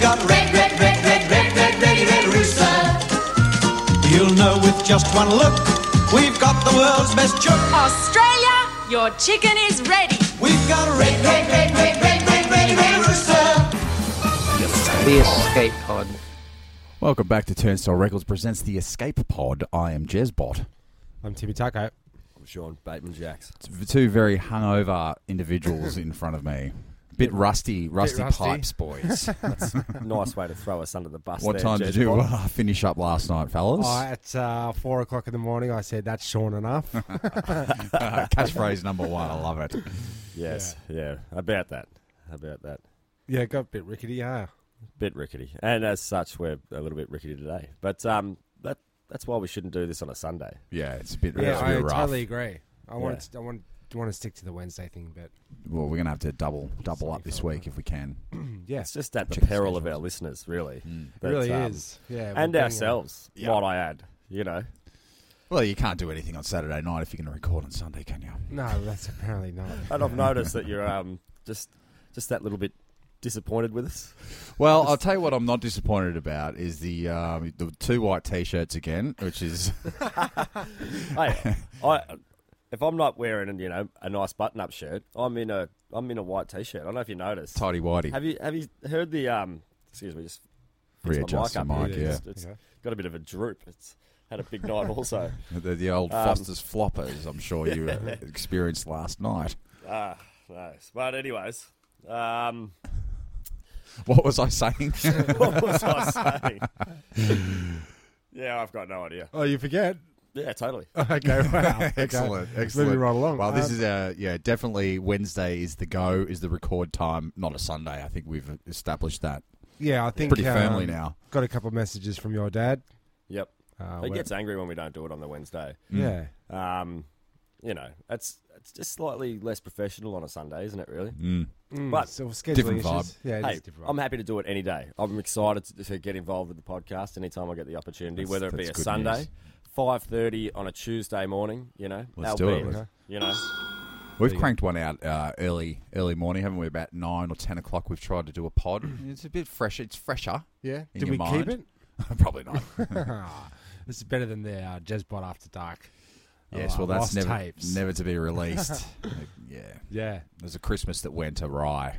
red, red, red, red, red, ready, red rooster. You'll know with just one look, we've got the world's best chook. Australia, your chicken is ready. We've got a red, red, Red, red, red, red, red, ready, red rooster. The Escape Pod. Welcome back to Turnstile Records presents the Escape Pod. I am Jezbot. I'm Timmy Taco. Sean Bateman Jacks. It's Two very hungover individuals in front of me. Bit rusty, rusty, rusty. pipes, boys. Nice way to throw us under the bus. what there, time did Jez you Bond. uh, finish up last night, fellas? Oh, at uh, four o'clock in the morning, I said that's Sean enough. Uh, Catchphrase number one. I love it. Yes, yeah. About that. About that. yeah, got a bit rickety. Yeah, Bit rickety, and as such, we're a little bit rickety today. But um, that that's why we shouldn't do this on a Sunday. Yeah, it's a bit. yeah, it's a I bit rough. totally agree. I Yeah. want, to, I want, want to stick to the Wednesday thing, but Well, we're gonna have to double double up this week if we can. hmm, yeah, It's just at the Check the Hmm. peril of our listeners, really. it But, really um, is. Yeah, we're and bringing ourselves, Yeah. might I add. You know, Well, you can't do anything on Saturday night if you're going to record on Sunday, can you? it. No, that's apparently not. and I've noticed that you're um just just that little bit disappointed with us. Well, I'll tell you what I'm not disappointed about is the um, the two white t-shirts again, which is hey, I if I'm not wearing you know a nice button-up shirt, I'm in a I'm in a white t-shirt. I don't know if you noticed. tidy whitey. Have you have you heard the um? Excuse me, just fix my Readjust the mic, here. yeah. It's- it's Okay. got a bit of a droop. It's had a big night also. The, the old Um, Foster's floppers, I'm sure you uh experienced last night. ah, nice. But anyways, um, What was I saying? what was I saying? yeah, I've got no idea. Oh, you forget? Oh. Yeah, totally. okay, wow. Okay. excellent, excellent. Moving right along. Well, this Um, is a yeah, definitely Wednesday is the go, is the record time, not a Sunday. I think we've established that Yeah, I think pretty firmly um, now. Got a couple of messages from your dad. Yep. Uh, He where- gets angry when we don't do it on the Wednesday. yeah, Um, you know, it's it's just slightly less professional on a Sunday, isn't it? Really. Mm. Mm, But- so scheduling Different issues. vibe. Yeah, it Hey, is different. I'm happy to do it any day. I'm excited to, to get involved with the podcast anytime I get the opportunity, That's- whether it be that's a good Sunday, news. 5.30 on a Tuesday morning, you know. Let's do albeit, it. Okay. You know, We've cranked one out uh, early, early morning, haven't we? About nine or ten o'clock. We've tried to do a pod. Hmm. It's a bit fresher. It's fresher. yeah, in did your we mind. keep it? Probably not. this is better than the uh, Jezbot After Dark. Yes, Oh, well, that's lost never tapes. never to be released. yeah, Yeah, there's a Christmas that went awry.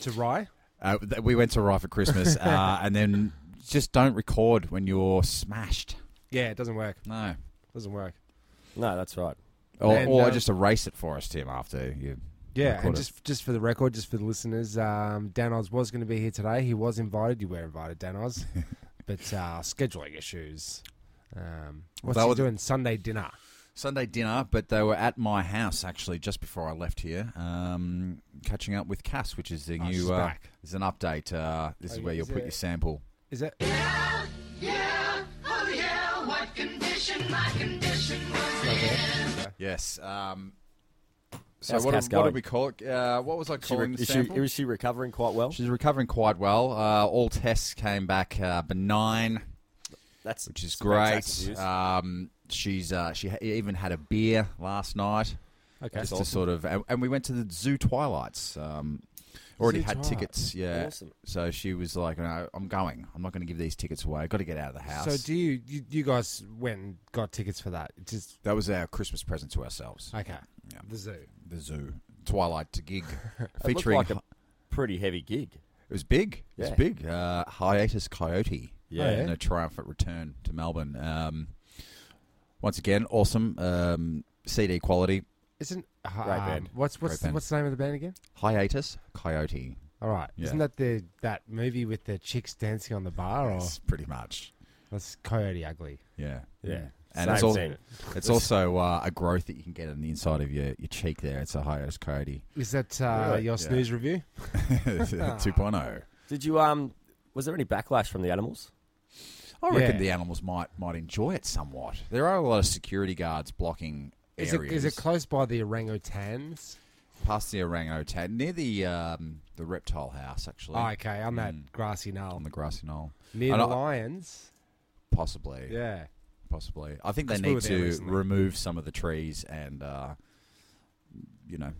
to Rye. Uh, th- we went to Rye for Christmas, uh, and then just don't record when you're smashed. Yeah, it doesn't work. No, Doesn't work. no, that's right. or, And, or um, just erase it for us, Tim. After you, Yeah, record and it. just just for the record, just for the listeners, um, Dan Oz was going to be here today. He was invited. You were invited, Dan Oz, but uh, scheduling issues. Um, what's That he was- doing? Sunday dinner. Sunday dinner, but they were at my house actually just before I left here, um, catching up with Cass, which is the Oh, she's new. Uh, back. there's an update. Uh, this is Oh, where you'll is put it- your sample. Is it? Yeah, yeah, oh yeah, what condition my condition was in. Yes. Um, so How's what, Cass do- what going? did we call it? Uh, what was I She re- calling the is, she, sample? is she recovering quite well? She's recovering quite well. Uh, all tests came back uh, benign, That's which is fantastic great. news. Um, she's uh, she ha- even had a beer last night, okay. just awesome. to sort of. And, and we went to the Zoo Twilights. Um, already Zoo had Twilights. tickets, yeah. Awesome. So she was like, no, "I'm going. I'm not going to give these tickets away. I've got to get out of the house." So do you, you you guys went and got tickets for that? Just that was our Christmas present to ourselves. okay. Yeah. The zoo. The Zoo Twilight gig, It looked featuring. like a pretty heavy gig. It was big. It Yeah. was big. Uh, hiatus Coyote. Yeah. Oh, yeah. And a triumphant return to Melbourne. Um, once again, awesome. Um, CD quality. Isn't Great um, band. What's what's Great band. what's the name of the band again? Hiatus Coyote. All right. Yeah. Isn't that the that movie with the chicks dancing on the bar? Or That's pretty much. that's Coyote Ugly. Yeah. Mm. Yeah. And Same it's, all, scene. it's also uh, a growth that you can get on the inside of your, your cheek there. It's a hiatus coyote Is that uh, Really? your Yeah. snooze review? 2.0. Did you, um, was there any backlash from the animals? I reckon Yeah. the animals might might enjoy it somewhat. There are a lot of security guards blocking Is it areas. is it close by the orangutans? past the orangutan near the um, the reptile house actually Oh, okay, on that Mm. grassy knoll on the grassy knoll. near And the I- lions. Possibly, Yeah, possibly. I think they 'Cause we were need there to recently. remove some of the trees and, uh, you know,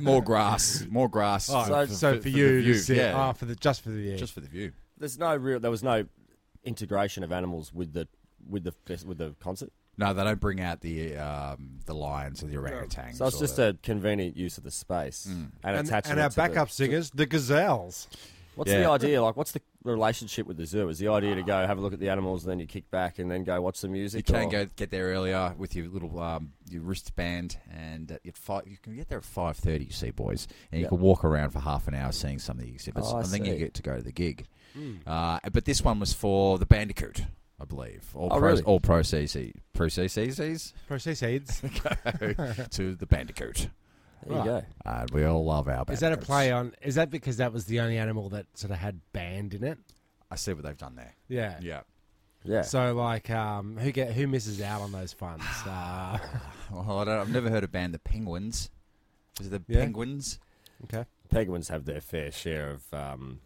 more grass, more grass. Oh, so, so for, the you, view, that's it. yeah, Ah, for the just for the yeah. just for the view. There's no real. There was no integration of animals with the with the fest- with the concert. No, they don't bring out the um, the lions or the orangutans. So it's or just the- a convenient use of the space Mm. and, and, attaching. and it our to the- backup singers, the Gazelles. what's Yeah. the idea? Like, what's the relationship with the zoo? Is the idea to go have a look at the animals, and then you kick back, and then go watch the You music? can or- go get there earlier with your little um, your wristband, and uh, at five, you can get there at five thirty. You see, boys, and you Yeah. can walk around for half an hour seeing some of the exhibits, Oh, I and then you see. get to go to the gig. Uh, but this one was for the Bandicoot, I believe. All Oh, pro, really? all pro CC, pro CCs Process AIDS. to the Bandicoot, There you Right. go. and we all love our. Bandicoots. Is that a play on? Is that because that was the only animal that sort of had band in it? I see what they've done there. Yeah. Yeah. Yeah. So like, um, who get who misses out on those funds? Uh, Well, I don't, I've never heard a band, the Penguins. Is it the Yeah. Penguins? okay. Penguins have their fair share of um,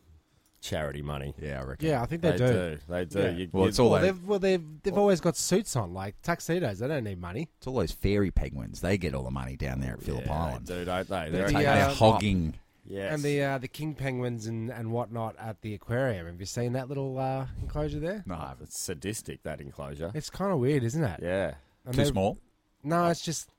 charity money. Yeah, I reckon. Yeah, I think they, do. They do. Yeah. You, Well, you- it's all Well, they- they've well they've they've always got suits on, like tuxedos. They don't need money. It's all those fairy penguins. They get all the money down there at Phillip yeah, Island. they do, don't they? They're, They're The, taking- taking- uh, they're hogging. yes. And the uh, the king penguins and, and whatnot at the aquarium. Have you seen that little uh, enclosure there? No, I Oh, haven't. it's sadistic that enclosure. It's kind of weird, isn't it? Yeah, And too they- small. No, it's just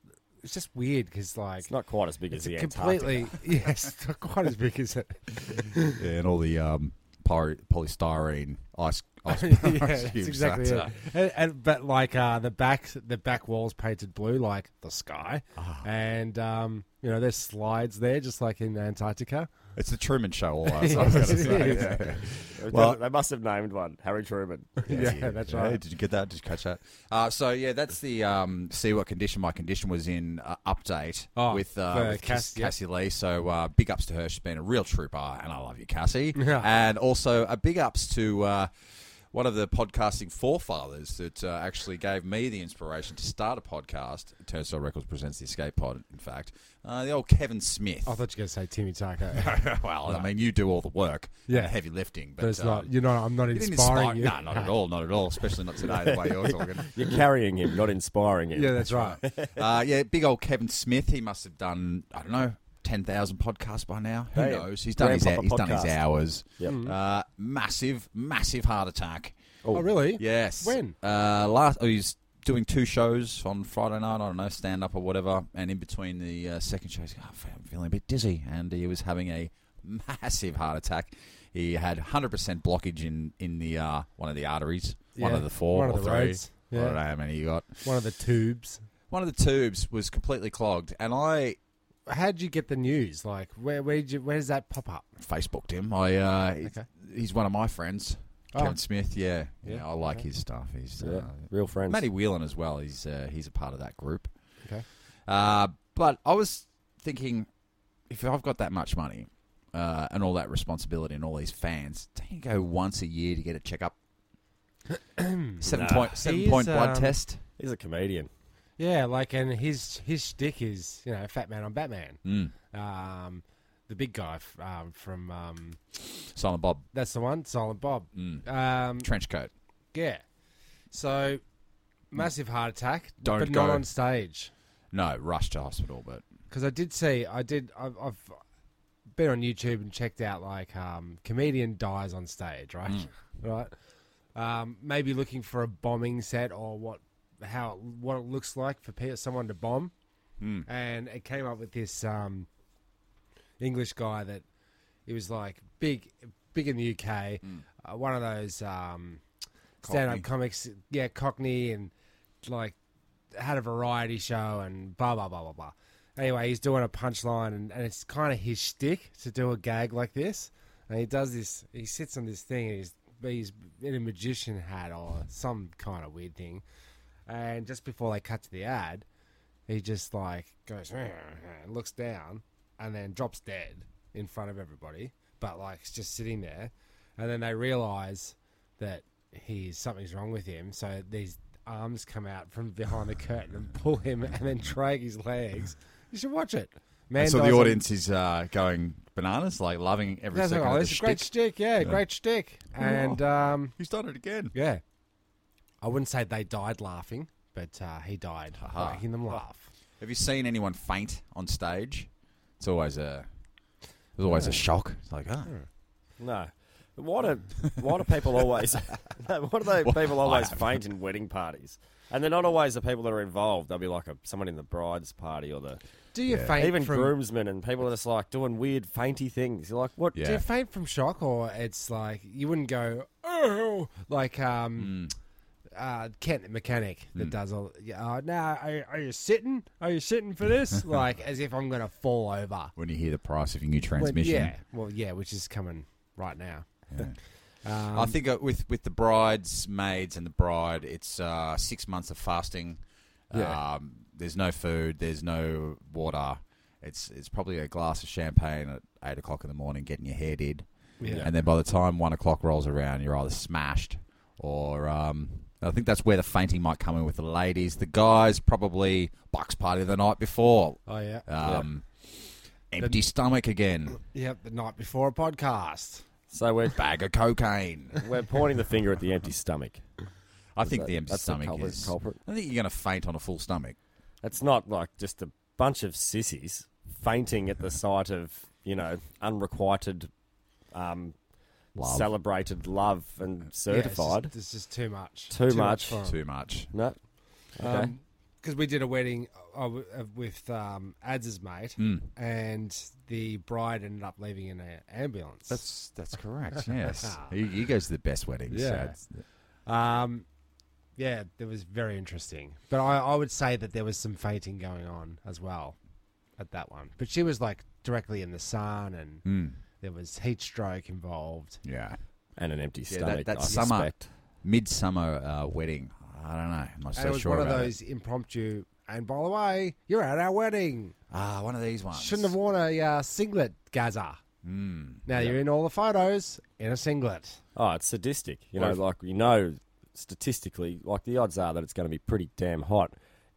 it's just weird because like it's not quite as big it's as the Antarctic. completely yes, it's not quite as big as it. Yeah, and all the um, poly- polystyrene ice, ice, yeah, ice that's cubes. exactly That's, it. uh, And, and- but like uh, the back, the back walls painted blue, like the sky, Ah. and um, you know there's slides there, just like in Antarctica. it's the Truman Show. All I was going to say. Yes, Yeah. Well- Well, they must have named one Harry Truman. Yeah, that's Yeah, right. Did you get that? Did you catch that? Uh, so yeah, that's the um, see what condition my condition was in uh, update Oh, with, uh, for with Cass- Cass, yeah. Cassie Lee. So uh, big ups to her. She's been a real trooper, and I love you, Cassie. Yeah. And also a big ups to. Uh, one of the podcasting forefathers that uh, actually gave me the inspiration to start a podcast, Turnstile Records presents the Escape Pod. In fact, uh, the old Kevin Smith. I thought you were going to say Timmy Taco, well, I mean, you do all the work, Yeah. and the heavy lifting, but, but it's uh, not. You know, I'm not you didn't inspiring you. inspire- No, not at all, not at all. Especially not today, the way you're talking. You're carrying him, not inspiring him. Yeah, that's right. Uh, yeah, big old Kevin Smith. He must have done I don't know ten thousand podcasts by now. Who Hey, knows? He's done his grandpapa he's done his podcast. hours. Yep. Uh, massive, massive heart attack. oh, really? Yes. When? Uh, last oh, he's doing two shows on Friday night. I don't know, stand up or whatever. And in between the uh, second show, he's like, "Oh, I'm feeling a bit dizzy, and he was having a massive heart attack. He had 100% blockage in in the uh, one of the arteries, one Yeah. of the four One or of the three. roads. I Yeah. don't know how many you got. One of the tubes. One of the tubes was completely clogged, and I How'd you get the news? Like, where where did you, where does that pop up? Facebooked him. I uh, Okay. he's one of my friends, Oh. Kevin Smith. Yeah, yeah, Yeah, I like his stuff. He's Yeah, uh, real friends. Matty Whelan as well. He's uh, he's a part of that group. Okay. Uh, but I was thinking, if I've got that much money uh, and all that responsibility and all these fans, don't you go once a year to get a checkup? seven Nah. point seven He's, point blood um, test. He's a comedian. Yeah, like, and his his shtick is you know Fat Man on Batman. Mm. Um, the big guy f- um, from um, Silent Bob That's the one, Silent Bob. Mm. Um, trench coat. yeah. So, massive heart attack, Don't but go. not on stage. No, rush to hospital, but Because I did see, I did, I've, I've been on YouTube and checked out like um, comedian dies on stage, right? right. Um, maybe looking for a bombing set or what, how, it- what it looks like for pe- someone to bomb, and it came up with this um, English guy that he was like big, big in the UK, uh, one of those um, stand-up Cockney. comics, yeah, Cockney, and like had a variety show and blah blah blah blah blah. Anyway, he's doing a punchline and, and it's kind of his shtick to do a gag like this. And he does this. He sits on this thing and he's he's in a magician hat or some kind of weird thing. And just before they cut to the ad, he just like goes looks down and then drops dead in front of everybody but like it's just sitting there and then they realize that he's something's wrong with him so these arms come out from behind the curtain and pull him and then drag his legs you should watch it man and so the dies on- audience is uh, going bananas, like loving every um, That's like, second. oh, of this the is a great shtick. stick yeah, great stick and um He's done it again. yeah i wouldn't say they died laughing but uh, he died making them laugh Have you seen anyone faint on stage? It's always a there's always a shock. It's like, ah, Hmm. No. Why do why do people always no, why do they Well, people I always have. faint in wedding parties? And they're not always the people that are involved. They'll be like a, someone in the bride's party or the Do you faint even from groomsmen and people are just like doing weird fainty things. You're like, what? yeah. Do you faint from shock, or it's like you wouldn't go oh like um, uh, Kent the mechanic that does all? yeah, Uh, now are, are you sitting? Are you sitting for this? like as if I'm gonna fall over. when you hear the price of your new Well, transmission. yeah, well, yeah, which is coming right now. Um, I think uh, with with the bridesmaids and the bride, it's uh, six months of fasting. Yeah. Um, there's no food. There's no water. It's it's probably a glass of champagne at eight o'clock in the morning, getting your hair did, Yeah. and then by the time one o'clock rolls around, you're either smashed or um, I think that's where the fainting might come in with the ladies. The guys probably bucks party the night before. Oh yeah. Um, Empty stomach again. Yep, the night before a podcast. So we're Bag of cocaine. we're pointing the finger at the empty stomach. I think that- the empty that's the stomach culprit- is. culprit. I think you're going to faint on a full stomach. It's not like just a bunch of sissies fainting at the sight of you know unrequited, um, Love. celebrated love and Yeah, it's certified. just- it's just too much. Too much. for 'em. Too much. no, okay. because Um, we did a wedding uh, uh, with um, Ads's mate, Hmm. and the bride ended up leaving in an ambulance. That's that's correct. Yes, he, he goes to the best weddings. so Yeah. it's- um, yeah, it was very interesting. But I, I would say that there was some fainting going on as well at that one. But she was like directly in the sun, and Hmm. there was heat stroke involved. yeah. and an empty Yeah, stomach. that, that I summer, suspect. midsummer uh, wedding. I don't know. I'm not and it so was sure one of about it. those impromptu. And by the way, you're at our wedding. Ah, one of these ones. Shouldn't have worn a uh, singlet, Gaza. Hmm. now you're in all the photos in a singlet. Oh, it's sadistic. You know, like you know, statistically, like the odds are that it's going to be pretty damn hot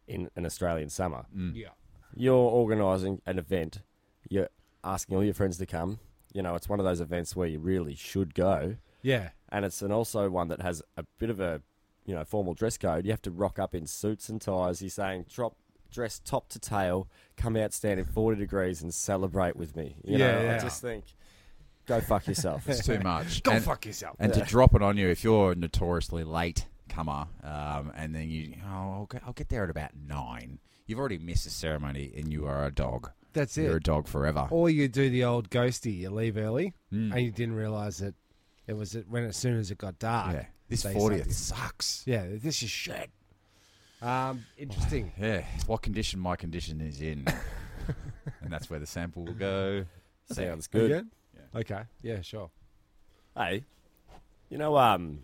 in an Australian summer. Hmm. Yeah. You're organising an event. You're asking all your friends to come. You know, it's one of those events where you really should go, Yeah. and it's an also one that has a bit of a you know formal dress code. You have to rock up in suits and ties. He's saying drop dress top to tail, come out standing forty degrees and celebrate with me. You Yeah, know, I yeah. just think. Go fuck yourself. It's too much. Go and, fuck yourself. And to drop it on you, if you're a notoriously late comer, um, and then you, oh, I'll get, I'll get there at about nine. You've already missed the ceremony, and you are a dog. That's You're a it. dog forever. Or you do the old ghosty, you leave early, Hmm. and you didn't realize that it was at- when as soon as it got dark. yeah. This they fortieth suck sucks. you. Yeah, this is shit. Um, interesting. Yeah, what condition my condition is in. and that's where the sample will go. Sounds good. Again? Okay. Yeah, sure. Hey, you know, um,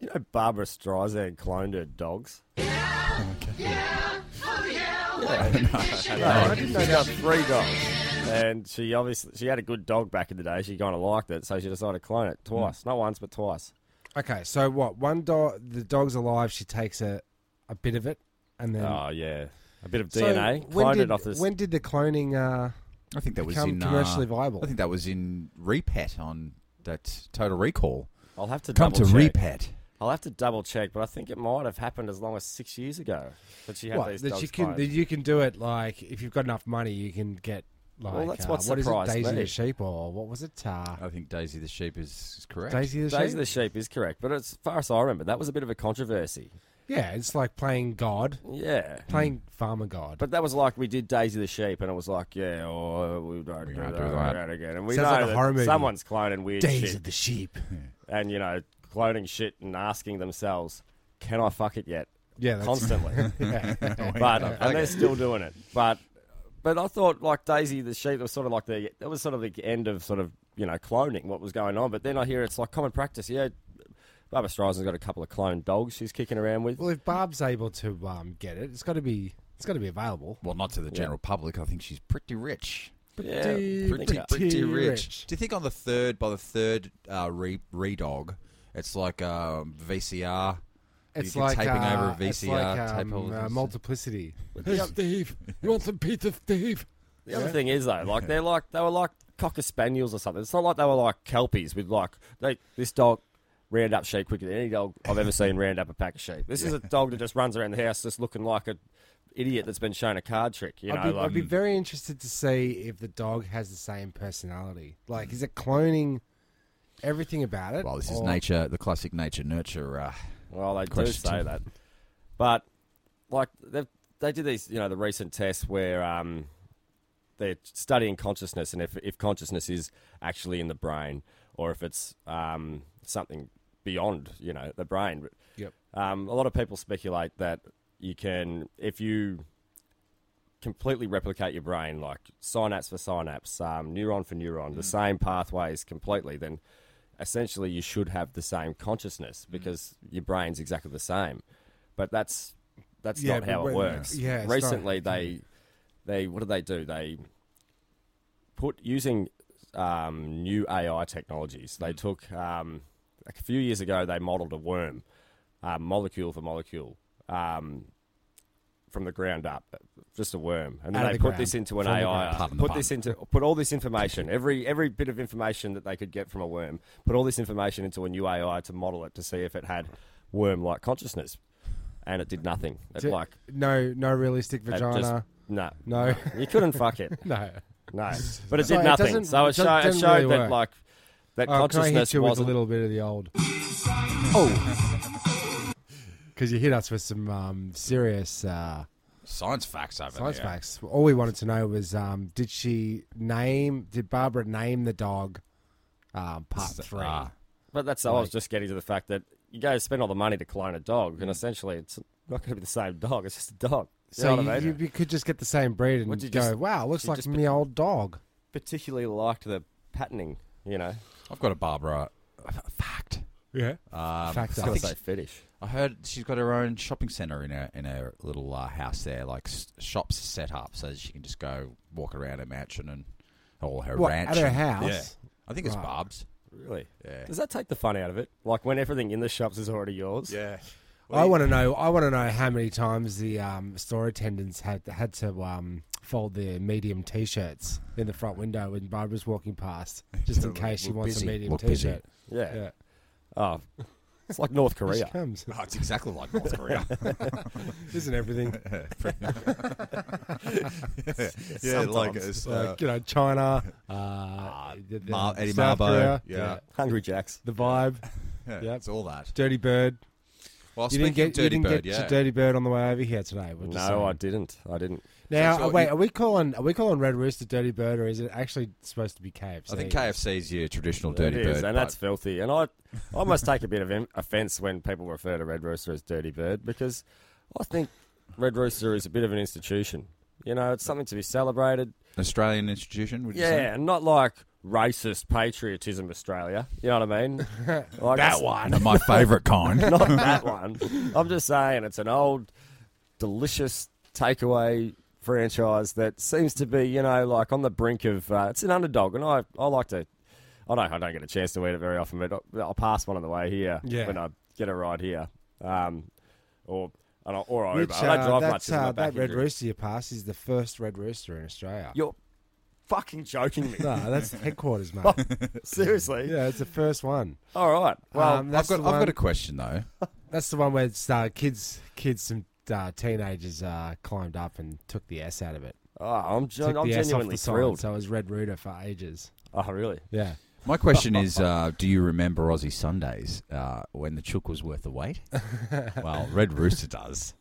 you know, Barbara Streisand cloned her dogs. Oh. Yeah, she got three dogs, and she obviously she had a good dog back in the day. She kind of liked it, so she decided to clone it Mm. twice, not once but twice. Okay, so what? One dog, the dog's alive. She takes a, a bit of it, and then oh yeah, a bit of So DNA when cloned did, it off this. When did the cloning? Uh, I think that was Become in commercially uh, viable. I think that was in Repet on that Total Recall. I'll have to Come to double check. Repet. I'll have to double check, but I think it might have happened as long as six years ago that she had what these that dogs you can cloned. that you can do it like if you've got enough money, you can get like Well, that's uh, what what is it, surprised Daisy me. the sheep, or what was it? Uh, I think Daisy the Sheep is, is correct. Daisy the Days sheep. of the Sheep is correct, but as far as I remember, that was a bit of a controversy. Yeah, it's like playing God, Mm. Yeah. playing Farmer God. But that was like we did Daisy the Sheep, and it was like, yeah, oh, we don't do can't that, do that. again. And we Sounds know like a that horror movie. someone's cloning weird Days shit, of the sheep. and you know, cloning shit and asking themselves, "Can I fuck it yet?" Yeah, that's- Oh, constantly. Yeah. but uh, and they're still doing it. But but I thought like Daisy the Sheep that was sort of like the that was sort of the end of sort of you know cloning what was going on. But then I hear it's like common practice. Yeah, Barbara Streisand's got a couple of cloned dogs she's kicking around with. well, if Barb's able to um, get it, it's got to be it's got to be available. Well, not to the general public. I think she's pretty rich. Yeah, I think Pretty, so. pretty rich. rich. Do you think on the third, by the third uh, re, redog, it's like um, VCR? It's You're like taping uh, over a VCR. It's like tape um, holders. uh, multiplicity. Hey, Steve, you want some pizza, Steve? The other thing is though, like they're like they were like cocker spaniels or something. It's not like they were like kelpies with like they this dog round up sheep quicker than any dog I've ever seen round up a pack of sheep. This is a dog that just runs around the house just looking like a idiot that's been shown a card trick. You know, I'd, be, like, I'd be very interested to see if the dog has the same personality. Like, is it cloning everything about it? Well, this is or- nature, the classic nature nurture. Uh, Well, they Question. do say that, but like they they did these, you know, the recent tests where um, they're studying consciousness and if if consciousness is actually in the brain or if it's um, something beyond, you know, the brain. Yep. Um, a lot of people speculate that you can, if you completely replicate your brain, like synapse for synapse, um, neuron for neuron, Mm. the same pathways completely, then essentially you should have the same consciousness Mm. because your brain's exactly the same. But that's that's Yeah, not but how when- it works. yeah, it's Recently, not- Mm. they they what did they do? They put using um, new AI technologies. Mm. They took um, like a few years ago. They modelled a worm, um, molecule for molecule, um, from the ground up, just a worm, and then Out of they the put ground, this into an from the AI. ground. Pardon the put this into put all this information, every every bit of information that they could get from a worm, put all this information into a new AI to model it to see if it had worm-like consciousness, and it did nothing. It Did- like no, no realistic it just- vagina. no, No. you couldn't fuck it. no. No, but it So did it nothing. doesn't- so it it, show, doesn't- it doesn't showed really work. that like that Oh, can I hit consciousness you with a wasn't. little bit of the old? Oh, Because you hit us with some um, serious uh, science facts Oh, over science there. facts. All we wanted to know was, um, did she name? Did Barbara name the dog? Um, part three. uh, Ah, but that's I was just getting to the fact that you go spend all the money to clone a dog, and essentially it's not going to be the same dog. It's just a dog. You so know you, what I mean? you, you could just get the same breed and Would you go, just- wow, looks you like just me put- old dog. particularly liked the patterning. You know, I've got a Barbara fact. Yeah. Um, Fact I up. think say fetish. I heard she's got her own shopping center in her in her little uh, house there, like s- shops set up so that she can just go walk around her mansion and or her What, ranch at her and- house? Yeah, I think it's Right. Barb's. Really? Yeah. Does that take the fun out of it? Like when everything in the shops is already yours. Yeah, I want to know. I want to know how many times the um, store attendants had had to um, fold their medium t-shirts in the front window when Barbara's walking past, just in case she Look wants busy, a medium look busy. t-shirt. Yeah. Yeah. Oh, it's like North Here she Korea. comes. oh, it's exactly like North Korea. Isn't everything? yeah, like Sometimes. it's, uh, like, you know, China, uh, the- the Mar- Eddie South Marbo, Korea, yeah. Hungry Jacks. the vibe, yeah, yep. it's all that. Dirty Bird. Well, You speaking didn't get of Dirty you didn't Bird, get yeah, to Dirty Bird on the way over here today. we're just No, I saying. didn't. I didn't. Now, So- so uh, wait, you- are we calling are we calling Red Rooster Dirty Bird or is it actually supposed to be KFC? I think KFC's your traditional It Dirty is, Bird, and but that's filthy. And I, I must take a bit of offence when people refer to Red Rooster as Dirty Bird because I think Red Rooster is a bit of an institution. You know, it's something to be celebrated. an Australian institution. Would you Yeah, say? and not like racist patriotism, Australia. You know what I mean? Like, that one of my favourite kind. not that one. I'm just saying it's an old, delicious takeaway franchise that seems to be, you know, like on the brink of. Uh, it's an underdog, and I, I like to. I don't, I don't get a chance to eat it very often, but I'll, I'll pass one on the way here Yeah. when I get a ride here, um, or and I, or I Which, Uber. I don't uh, drive that's, much. 'cause of uh, my back that Red injury. Rooster you pass is the first Red Rooster in Australia. You're fucking joking me. no, that's headquarters, mate. Seriously? yeah, it's the first one. All right. Well, Um, I've that's got, the I've one, got a question though. that's the one where it's, uh, kids, kids, some uh, teenagers uh, climbed up and took the S out of it. oh, I'm, gen- Took I'm the S off genuinely the sign, thrilled. so it was Red Rooster for ages. Oh, really? Yeah. My question is, uh, do you remember Aussie Sundays uh, when the chook was worth the wait? well, Red Rooster does.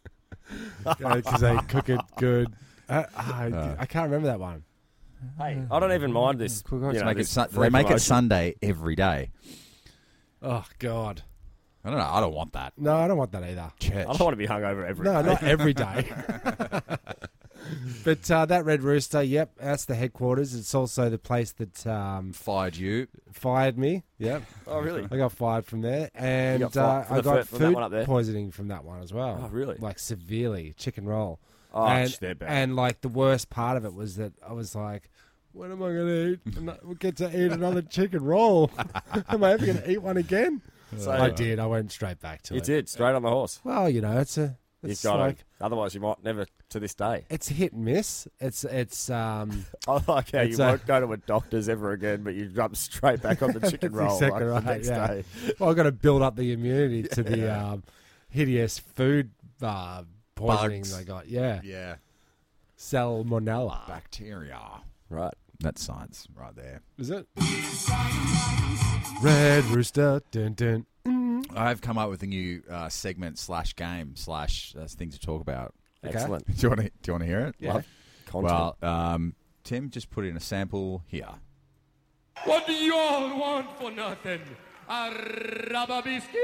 because they cook it good. Uh, I, I can't remember that one. Hey, I don't even mind this. Cool, you guys, know, make it this Sun- free they make it promotion. Sunday every day. Oh God, I don't know. I don't want that. no, I don't want that either. Church. I don't want to be hungover every No, not every day. but uh, that Red Rooster, yep, that's the headquarters. It's also the place that um, fired you. fired me. Yep, Oh, really? I got fired from there, and You got fired uh, from I the got fir- from that food one up there? poisoning from that one as well. Oh, really? Like severely, chicken roll. Oh, and, they're bad. and like the worst part of it was that I was like, when am I going to eat? and I- we get to eat another chicken roll. am I ever going to eat one again? So- I did. I went straight back to You it. did straight on the horse. Well, you know, it's a. It's You've got like to. Otherwise, you might never to this day. it's hit and miss. It's it's um I like how It's you a- won't go to a doctor's ever again, but you jump straight back on the chicken roll exactly like, the right, next yeah. day. well, I've got to build up the immunity to the um, hideous food uh, poisoning Bugs. they got. Yeah. Yeah. Salmonella. Bacteria. Right. That's science right there. Is it? Red Rooster. Dun, dun. I've come up with a new uh, segment slash game slash uh, thing to talk about. Okay. Excellent. Do you want to? Do you want to hear it? Love content. Well, um, Tim just put in a sample here. What do you all want for nothing? A rubber biscuit?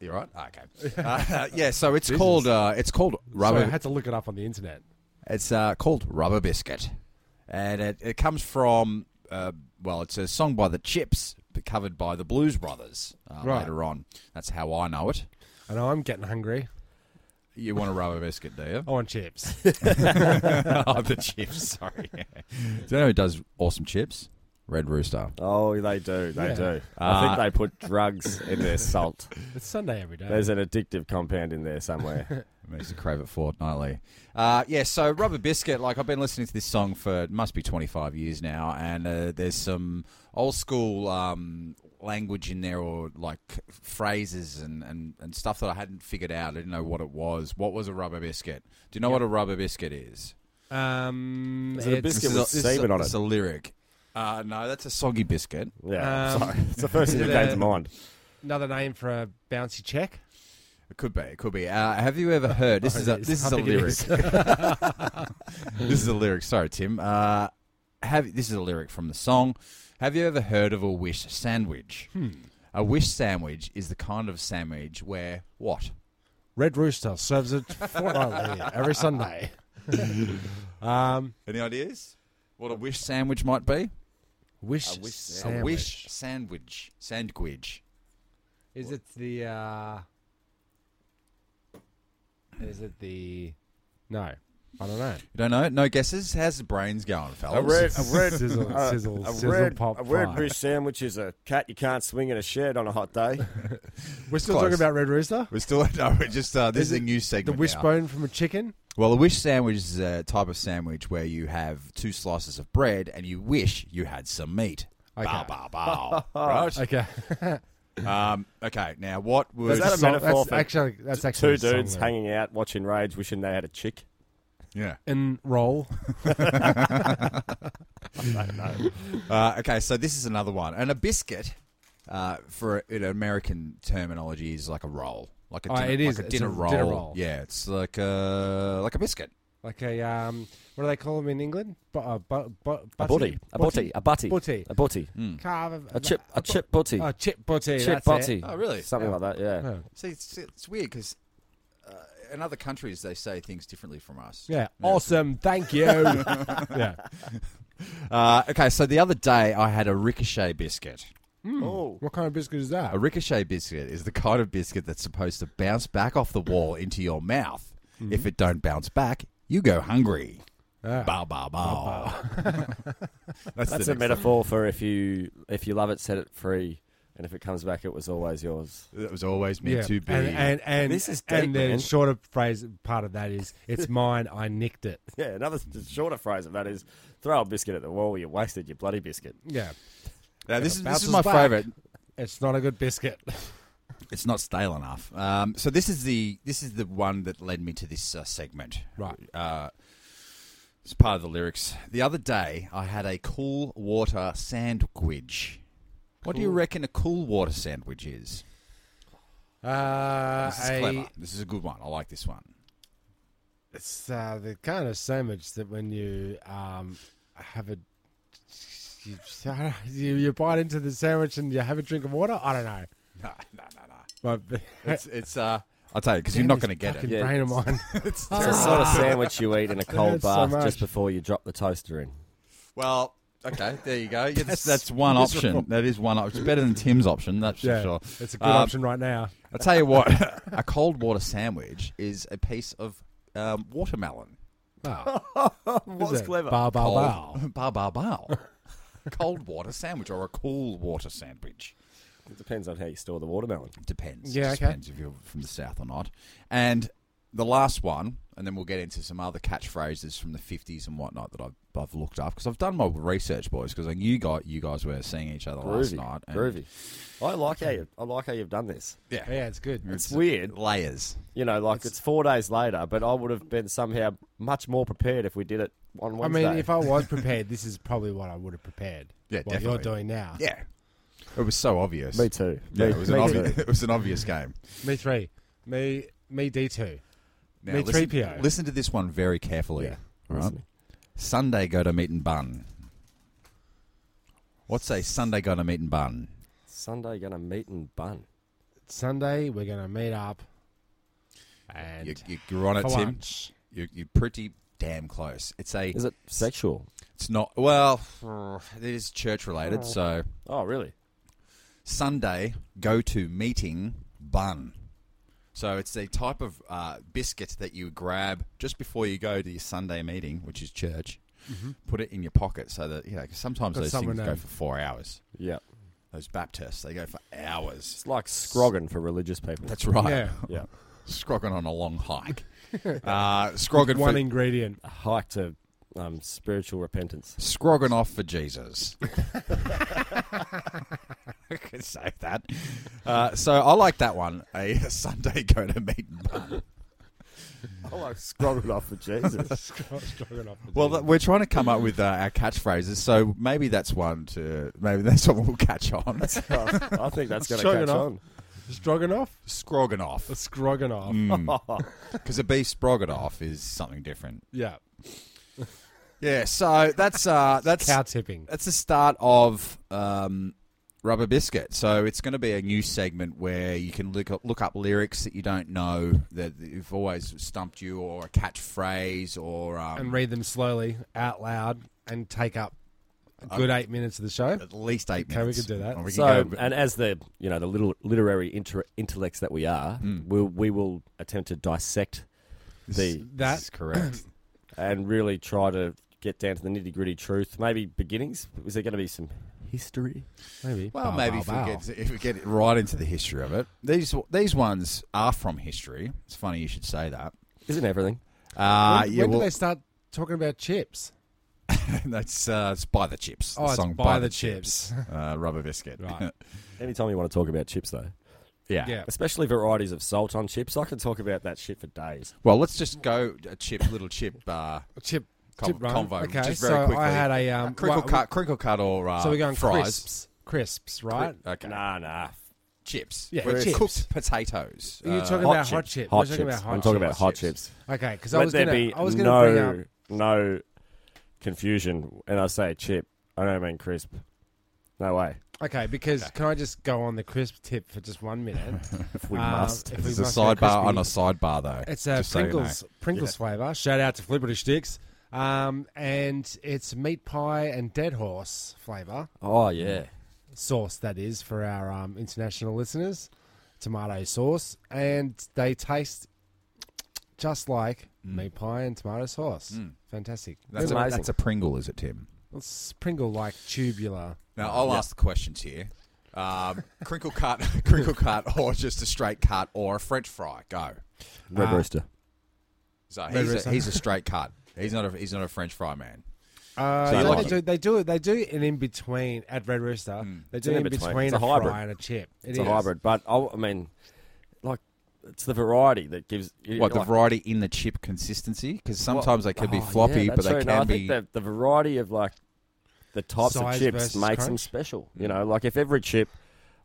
You all right? Okay. Uh, yeah. So it's called uh, it's called Sorry, rubber. I had to look it up on the internet. It's uh, called Rubber Biscuit. And it, it comes from, uh, well, it's a song by The Chips, but covered by the Blues Brothers uh, Right. later on. That's how I know it. And I'm getting hungry. You want a rubber biscuit, do you? I want chips. oh, the chips, sorry. do you know who does awesome chips? Red Rooster. oh, they do. They Yeah. do. Uh, I think they put drugs in their salt. it's Sunday every day. There's an addictive compound in there somewhere. Makes you crave it fortnightly. Uh, yeah, so Rubber Biscuit, like I've been listening to this song for it must be 25 years now, and uh, there's some old school um, language in there or like phrases and, and, and stuff that I hadn't figured out. I didn't know what it was. What was a rubber biscuit? Do you know what a rubber biscuit is? um, Is it a it's- biscuit This is with this is semen on It's it? a lyric. Uh, no, that's a soggy biscuit. Yeah. Um, sorry. It's the first thing that is it came a- to mind. another name for a bouncy check. It could be. It could be. Uh, have you ever heard? Oh, This is a it is. this I is a think it lyric. is. this is a lyric. Sorry, Tim. Uh, have this is a lyric from the song. Have you ever heard of a wish sandwich? Hmm. A wish sandwich is the kind of sandwich where what? Red Rooster serves it fortnightly every Sunday. um, Any ideas? What a wish sandwich might be? wish, wish sandwich. A wish sandwich. Sandwich. Is it the? Uh, is it the? No, I don't know. You don't know? No guesses? How's the brains going, fellas? red sizzle, sizzle, a sizzle red, pop. a red fry. wish sandwich is a cat you can't swing in a shed on a hot day. We're still Close. talking about Red Rooster. We're still no. We're just uh, this is, Is a it new The segment. now. wishbone from a chicken. Well, a wish sandwich is a type of sandwich where you have two slices of bread and you wish you had some meat. Bow, bow, bow. right? Okay, Um, okay, now what was... Is that a So metaphor that's for actually that's actually Two a song dudes lyric. hanging out, watching Rage, wishing they had a chick. yeah. in roll. Uh, okay, so this is another one. And a biscuit, uh, for in American terminology, is like a roll. Like a Oh, dinner, it is. Like a It's dinner, a roll. dinner roll. Yeah, it's like a, like a biscuit. Like a um, what do they call them in England? Bu- uh, bu- bu- A butty? butty. A butty. A butty. Butty. A butty. Carve A chip. A chip butty. Oh, chip butty. Chip that's butty. it. Oh, really? Something like that, yeah. Yeah. See, it's, it's weird because uh, in other countries, they say things differently from us. Yeah. Awesome. Thank you. yeah. Uh, okay, so the other day I had a ricochet biscuit. Oh. What kind of biscuit is that? A ricochet biscuit is the kind of biscuit that's supposed to bounce back off the wall into your mouth. If it don't bounce back, you go hungry. Mm-hmm. Bow, Ah. bow, bow. that's That's the a next metaphor for if you if you love it, set it free, and if it comes back, it was always yours. one. That was always meant to be. And and and, This is and deep, the man. shorter phrase part of that is it's mine. I nicked it. Yeah, another s- shorter phrase of that is throw a biscuit at the wall, you wasted your bloody biscuit. Yeah. now, this, is, this is bounces my back. favorite. It's not a good biscuit. It's not stale enough. Um, so this is the this is the one that led me to this uh, segment. Right. Uh, it's part of the lyrics. The other day, I had a cool water sandwich. What do you reckon a cool water sandwich is? Uh, This is a- clever. This is a good one. I like this one. It's uh, the kind of sandwich that when you um, have a you, you you bite into the sandwich and you have a drink of water. I don't know. No, no, no, no. But It's, it's uh, I'll tell you because you're not going to get it. Fucking brain of mine. It's the sort of sandwich you eat in a cold hurts Ah. so bath much. just before you drop the toaster in. Well, okay, there you go. Yeah, that's, that's one option. That is one option. It's better than Tim's option. That's yeah, for sure. it's a good Um, option right now. I'll tell you what. a cold water sandwich is a piece of um, watermelon. Oh, What's clever? Bow, bow, bow. Cold- Bow, bow, bow. cold water sandwich or a cool water sandwich. It depends on how you store the watermelon. Depends. Yeah, Just okay. Depends if you're from the south or not. And the last one, and then we'll get into some other catchphrases from the fifties and whatnot that I've, I've looked up because I've done my research, boys. Because like you got you guys were seeing each other last Groovy. night. and- Groovy. I like how you, I like how you've done this. Yeah. Yeah, it's good. It's weird. Layers. You know, like it's, four days later, but I would have been somehow much more prepared if we did it on I Wednesday. mean, if I was prepared, this is probably what I would have prepared. Yeah, what definitely. you're doing now. Yeah. It was so obvious. me too. Yeah, Me- it was an me obvious. too. It was an obvious game. Me three, me me D two. Now, Me listen, 3PO. listen to this one very carefully. Yeah, all right? listening. Sunday go to meat and bun. What's a Sunday go to meat and bun? Sunday gonna meet and bun. Sunday we're gonna meet up. And You, you, you're on it, for Tim. lunch. You, you're pretty damn close. It's a. Is it sexual? It's not. Well, it is church related. So Oh, really? Sunday go to meeting bun. So it's a type of uh, biscuit that you grab just before you go to your Sunday meeting, which is church. Put it in your pocket so that you know. 'cause sometimes Mm-hmm. those Got someone things go to- for four hours. Yeah. Those Baptists, they go for hours. It's like scroggin for religious people. That's right. Yeah, yeah. Scrogging on a long hike. uh, scrogging one for, ingredient. A hike to um, spiritual repentance. scrogging off for Jesus. I could say that. Uh, so I like that one. A Sunday go to meet and bun. I like scrogging off for Jesus. Well, th- we're trying to come up with uh, our catchphrases, so maybe that's one to maybe that's one we'll catch on. I think that's gonna Scrogging catch off. on. Stroganoff, Scrogging off, a Stroganoff. Mm. Hmm. because a beef sprogged off is something different. Yeah, Yeah. So that's uh, that's cow tipping. That's the start of um, Rubber Biscuit. So it's going to be a new segment where you can look up, look up lyrics that you don't know that have always stumped you, or a catchphrase, or um, and read them slowly out loud and take up a good eight minutes of the show. at least eight Okay, we minutes. could do that. Or we can So, go- and as the you know the little literary inter- intellects that we are, we'll, we will attempt to dissect That the Hmm. this is correct. and really try to get down to the nitty gritty truth. Maybe beginnings. Is there going to be some history? maybe. Well, Bow, maybe bow, if, bow. We get, if we get right into the history of it, these these ones are from history. It's funny you should say that. Isn't everything? Uh, when yeah, when well, do they start talking about chips? that's uh, it's by the chips. Oh, the it's song Buy the Chips. uh, Rubber Biscuit. Right. Anytime you want to talk about chips, though, Yeah. especially varieties of salt on chips, I can talk about that shit for days. Well, let's just go a chip, little chip, uh, Chip. com- chip run. convo. Okay, just very so quickly. I had a um, crinkle well, cut, crinkle cut, or uh, So we're going fries, crisps. Crisps, right? okay, Nah, nah. chips, Yeah, We're chips. cooked potatoes. Uh, Are you talking Hot about chips. hot chips? Hot We're chips. talking about hot I'm talking chips. about hot chips. Okay, because I Let was there gonna, be I was gonna bring up no no confusion, and I say chip. I don't mean crisp. No way. Okay, because can I just go on the crisp tip for just one minute? If we Um, must. if we There's a must go sidebar crispy. on a sidebar though. It's a just so you know. Pringles Pringles flavor. Shout out to Flipperty Sticks. Um, and it's meat pie and dead horse flavor Oh yeah. sauce that is for our um, international listeners. Tomato sauce, and they taste just like meat pie and tomato sauce. Fantastic. That's a, Amazing. that's a Pringle, is it, Tim? It's Pringle like tubular. Now I'll ask the questions here. Um, crinkle cut, crinkle cut, or just a straight cut, or a French fry. Go. Red Rooster. So Red he's Rooster. a, he's a straight cut. He's not a he's not a French fry man. Uh, So yeah, you like they, do, they do they do an in between at Red Rooster. They do an in in-between. between, It's a, a hybrid. fry and a chip. It It's is. a hybrid, but I, I mean, like it's the variety that gives. you- What the like- variety in the chip consistency? Because Well, sometimes they can be oh, yeah, floppy, but that's they true. can No, I be. think the, the variety of like the types Size of chips versus makes them crunch. special. You know, like if every chip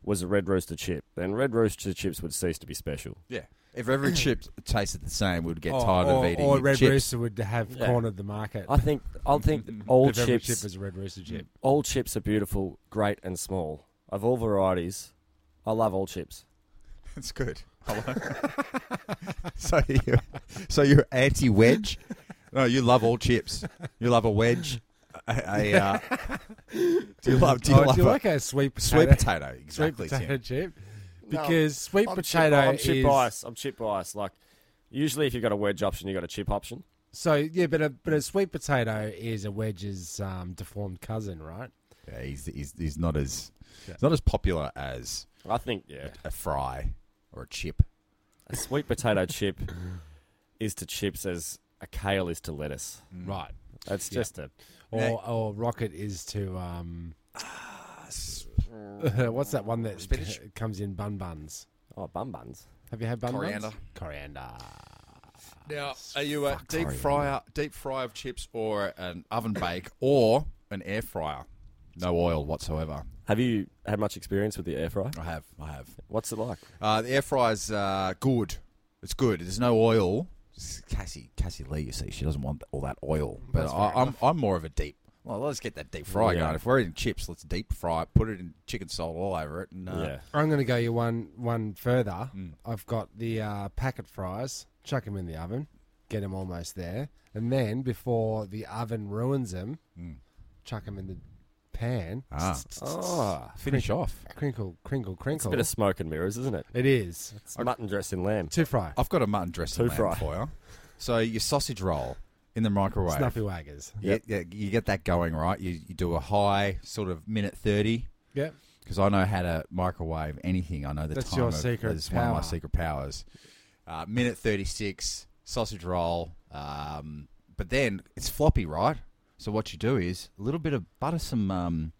was a red rooster chip, then red rooster chips would cease to be special. Yeah. If every chip tasted the same, we'd get Or, tired or, of eating or Red chips. Rooster would have Yeah. cornered the market. I think I think all if every chips chip was a Red Rooster chip. all chips are beautiful, great and small. Of all varieties, I love all chips. That's good. so you, so you're anti wedge? No, you love all chips. You love a wedge. A, a, uh, do you love? Do you oh, love do you a like a sweet potato? sweet potato? sweet Exactly. potato Tim. chip? Um, Because sweet I'm potato chip, I'm chip is biased. I'm chip biased. Like usually, if you've got a wedge option, you've got a chip option. so yeah, but a but a sweet potato is a wedge's um, deformed cousin, right? Yeah, he's, he's, he's not as he's not as popular as I think yeah, a fry or a chip. a sweet potato chip is to chips as a kale is to lettuce. Right. That's just a Or, Yeah. or rocket is to um. Ah, what's that one that Spinach? c- comes in bun buns? oh bun buns. Have you had bun Coriander. buns? Coriander. Now, are you a deep fryer, deep fry of chips, or an oven bake, or an air fryer? No oil whatsoever. Have you had much experience with the air fryer? I have, I have. What's it like? Uh, the air fryer's uh, good. It's good. There's no oil. It's Cassie, Cassie Lee, you see, she doesn't want all that oil. But I, I'm, I'm more of a deep. Well, let's get that deep fry Yeah. going. If we're eating chips, let's deep fry it, put it in chicken salt all over it, and uh, yeah. I'm going to go you one one further. I've got the uh, packet fries. Chuck them in the oven. Get them almost there, and then before the oven ruins them, chuck them in the pan. Ah. Oh, finish off. Crinkle, crinkle, it's a crinkle. bit of smoke and mirrors, isn't it? it is It's mutton dressed in lamb. to fry. I've got a mutton dressing Two lamb fry. for you. So your sausage roll in the microwave. Snuffy waggers. Yeah, yeah, you get that going right. You, you do a high sort of minute thirty Yep. because I know how to microwave anything. I know the That's time. your of, secret It's one of my power. secret powers. Uh, minute thirty six sausage roll, um, but then it's floppy, right? So what you do is a little bit of butter, some um,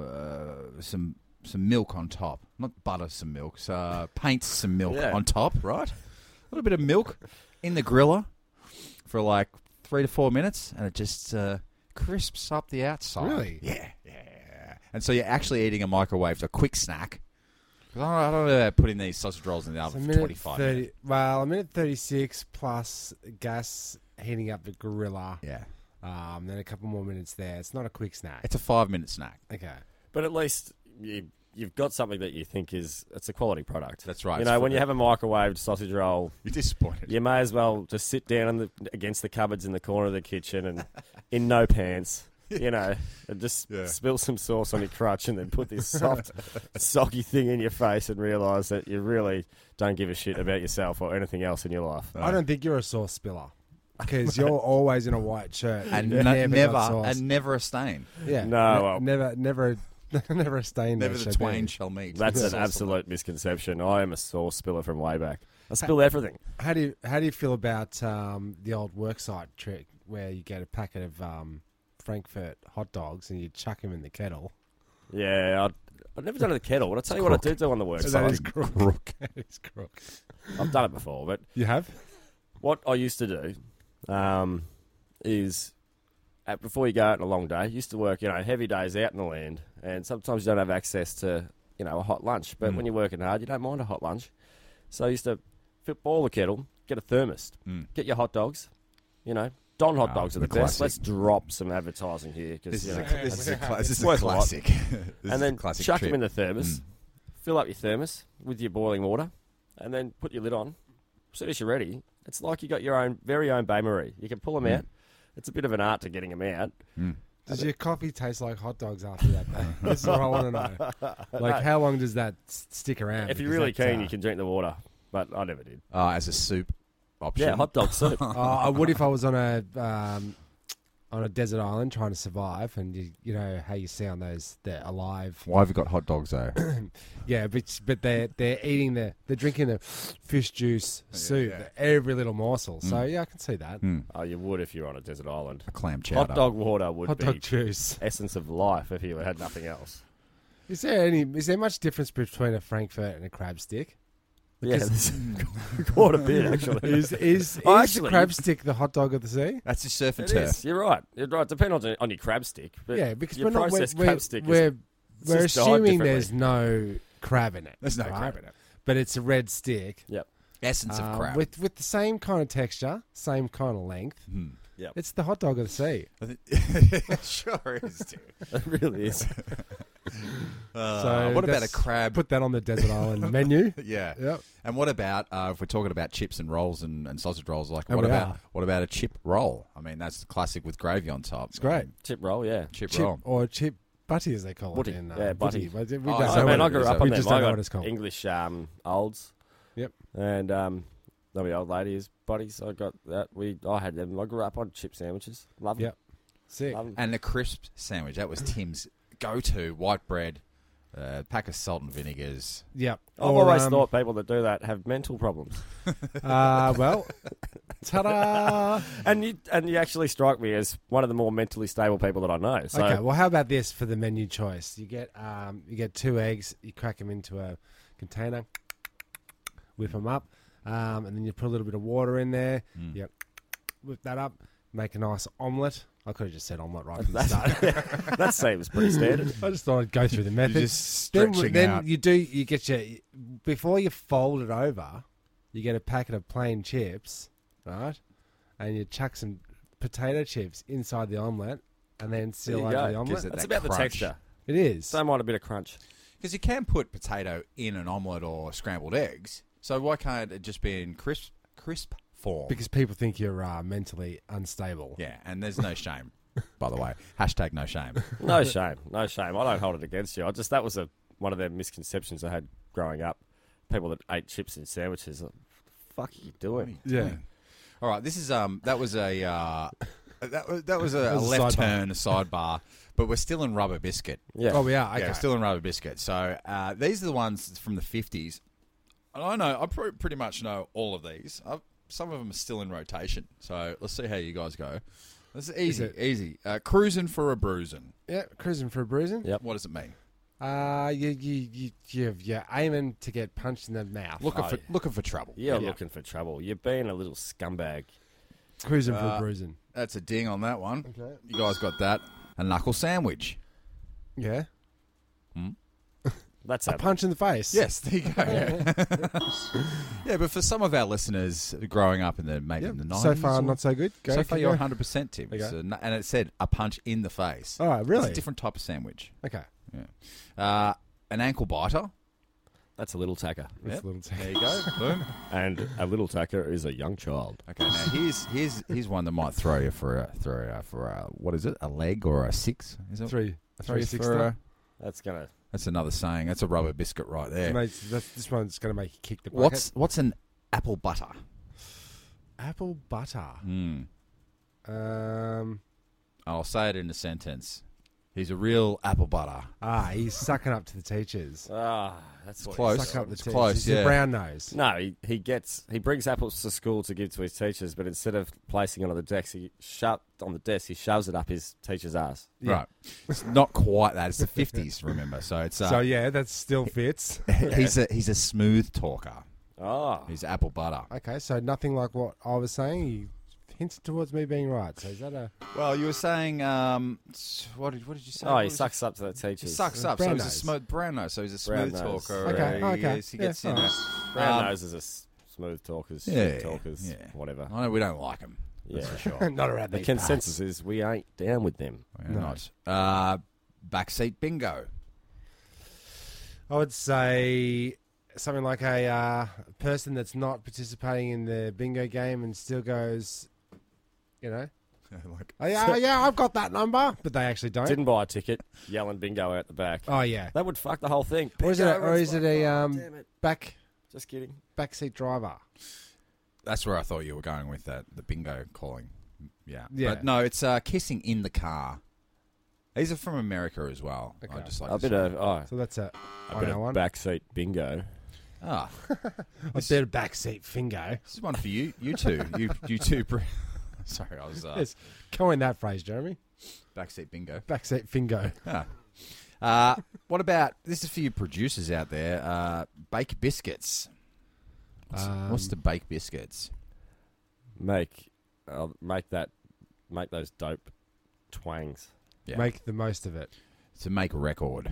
uh, some some milk on top. Not butter, some milk. So uh, paint some milk Yeah. on top, right? A little bit of milk in the griller for like three to four minutes, and it just uh, crisps up the outside. Really? Yeah, yeah. And so you're actually eating a microwave, a quick snack. 'Cause I don't, I don't know about putting these sausage rolls in the So oven for minute 25 30, minutes. Well, a minute 36 plus gas heating up the gorilla. Yeah, Um, then a couple more minutes there. It's not a quick snack. it's a five minute snack. okay. But at least you, you've got something that you think is it's a quality product. That's right. You It's know, for when you the- have a microwaved sausage roll, You're disappointed. you may as well just sit down on the, against the cupboards in the corner of the kitchen and in no pants. You know, and just Yeah. spill some sauce on your crutch and then put this soft, soggy thing in your face and realise that you really don't give a shit about yourself or anything else in your life. I don't think you're a sauce spiller because you're always in a white shirt And You've no- never, got sauce. and never a stain. yeah, No, Ne- well- never, never, never a stain. Never the there should be. twain shall meet. That's Sauce an on absolute misconception. I am a sauce spiller from way back. I spill everything. How do you how do you feel about um, the old worksite trick where you get a packet of um, Frankfurt hot dogs and you chuck them in the kettle? Yeah, I'd, I've never done it in the kettle, but I'll tell you what I do do on the work. That is site. crook. crook. that is crook. I've done it before, but You have? what I used to do um, is at, before you go out on a long day, used to work, you know, heavy days out in the land, and sometimes you don't have access to, you know, a hot lunch. Hmm. But when you're working hard, you don't mind a hot lunch. So I used to fit boil the kettle, get a thermos, Mm. get your hot dogs, you know, Don hot Ah, dogs are the the, best. classic. Let's drop some advertising here This is because you a, know, this is a, cla- this is a worth a lot. classic. This is and a then classic chuck trip. them in the thermos, Mm. fill up your thermos with your boiling water, and then put your lid on. As soon as you're ready, it's like you got your own very own bain marie. You can pull Mm. them out. It's a bit of an art to getting them out. Uh, Does your coffee taste like hot dogs after that? though? this is what I want to know. Like, how long does that s- stick around? If you're Because really that's, keen, uh, you can drink the water, but I never did. uh, as a soup option. Yeah, hot dog soup. Oh, I would if I was on a um, on a desert island trying to survive, and you you know how you see on those they're alive. Why have you got hot dogs though? Yeah, but but they're they're eating the they're drinking the fish juice soup yeah. every little morsel. So yeah, I can see that oh, you would if you're on a desert island. Clam chowder. Hot dog water would hot be dog juice. essence of life if you had nothing else. Is there any is there much difference between a frankfurt and a crab stick? yeah, there's quite a bit actually. Is is, Oh, is the actually- crab stick the hot dog of the sea? That's a surf and It turf. is. You're right. You're right. Depend on, on your crab stick. But yeah, because your we're not we're processed we're, crab stick is we're, we're just dyed assuming differently. there's no crab in it. There's no crab in it, but it's a red stick. Yep. Essence um, of crab. with with the same kind of texture, same kind of length. Hmm. Yep. It's the hot dog of the sea. it sure is, dude. It really is. Uh, what about a that's- crab? Put that on the desert island menu. yeah. Yep. And what about uh, if we're talking about chips and rolls and, and sausage rolls? Like, And what we about are. what about a chip roll? I mean, that's the classic with gravy on top. It's great. Chip roll, yeah. Chip, Chip roll. or chip butty, as they call Butty, it. In, uh, yeah, butty. But we Oh, don't so know I mean, what I it grew is. up on we them. just I don't know got what it's called. English um, olds. Yep. And um, no, the old ladies, buddies. I got that. We, I had them. I grew up on chip sandwiches. Love them. Yep. Sick. Love 'em. And the crisp sandwich. That was Tim's go-to. White bread, uh, pack of salt and vinegars. Yep. I've Or, always um, thought people that do that have mental problems. Uh, well, Ta-da! And you and you actually strike me as one of the more mentally stable people that I know. So okay, well, how about this for the menu choice? You get um, you get two eggs, you crack them into a container, whip them up, um, and then you put a little bit of water in there. Yep, whip that up, make a nice omelette. I could have just said omelette right from the start. that seems pretty standard. I just thought I'd go through the method. just stretching then, out. Then you do you get your before you fold it over, you get a packet of plain chips, right? And you chuck some potato chips inside the omelette, and then seal you over go. the Gives omelette. it That's that about the crunch. texture. It is. Same on a bit of crunch. Because you can put potato in an omelette or scrambled eggs. So why can't it just be in crisp crisp form? because people think you're uh, mentally unstable. yeah, and there's no shame. By the way, hashtag no shame. No shame, no shame. I don't hold it against you. I just that was a one of the misconceptions I had growing up. People that ate chips and sandwiches. What the fuck are you doing? Yeah. All right, this is um that was a uh, that was, that was a, was a left sidebar. turn, a sidebar, but we're still in rubber biscuit. Yeah. Oh, yeah. Okay. Yeah, we're still in rubber biscuit. So uh, these are the ones from the fifties. And I know I pr- pretty much know all of these. i some of them are still in rotation. So let's see how you guys go. This is easy, it- easy. Uh, cruising for a bruising. yeah. Cruising for a bruising. Yep. What does it mean? Uh, you you you you you're aiming to get punched in the mouth. Looking Oh, for yeah. looking for trouble. You're looking for trouble. You're being a little scumbag. Cruising Uh, for a bruising. That's a ding on that one. Okay. You guys got that. A knuckle sandwich. Yeah. That's A punch in the face. Yes, there you go. Yeah. Yeah, but for some of our listeners growing up in the maybe Yep. in the nineties, So far, not so good. Go, so far keep you're going. 100 percent Tim. Okay. So, n- and it said a punch in the face. All right, It's Oh, really? a different type of sandwich. Okay. Yeah. Uh, an ankle biter. That's a little tacker. That's Yep. a little There you go. Boom. And a little tacker is a young child. Okay. Now here's here's here's one that might throw you for a throw you for a, what is it? A leg or a six? Is it Three. Throw you Three for sixty. a- That's gonna. that's another saying. That's a rubber biscuit right there. Mate, that's, this one's going to make you kick the bucket. What's what's an apple butter? apple butter? Hmm. Um, I'll say it in a sentence. He's a real apple butter. ah, he's sucking up to the teachers. Ah, that's what he close. said. Sucking up the It's teachers. close, He's yeah. a brown nose. No, he, he gets he brings apples to school to give to his teachers, but instead of placing it on the desk, he shut on the desk. He shoves it up his teacher's ass. Right. It's not quite that. It's the fifties, remember. So it's uh, So yeah, that still fits. he's a he's a smooth talker. Oh, He's apple butter. okay, so nothing like what I was saying. You hinted towards me being right. So is that a Well, you were saying um, s- what did what did you say? oh, What he was sucks up to the He teachers. sucks up. so Brown he's a nose. smooth brown nose. So he's a Brown smooth nose. talker. Okay, He, okay. is- he Yeah, gets in alright. there. Brown Um, nose is a s- smooth talkers, Yeah, talkers, yeah. whatever. I know we don't like him. Yeah, not around the these consensus is we ain't down with them. We're not. Uh, backseat bingo. parts? I would say something like a uh, person that's not participating in the bingo game and still goes, you know, like oh, yeah, yeah, I've got that number, but they actually don't. Didn't buy a ticket. Yelling bingo out the back. oh yeah. That would fuck the whole thing. Or is it a, Bingo, or it's is it like, a oh, um, damn it. back Just kidding. backseat driver? that's where I thought you were going with that. The bingo calling. Yeah. Yeah. But no, it's uh, kissing in the car. These are from America as well. I Okay. just like A to bit say. of oh, So that's oh a a bit of 101. backseat bingo. Ah, A bit of backseat fingo. this is one for you. You two. You you two. Br- Sorry, I was uh, Yes, coin that phrase, Jeremy. backseat bingo. Backseat fingo. Ah. Uh, what about this is for you producers out there? Uh, bake biscuits. What's, Um, what's the bake biscuits? Make, uh, make that, make those dope twangs. Yeah. Make the most of it. To make a record,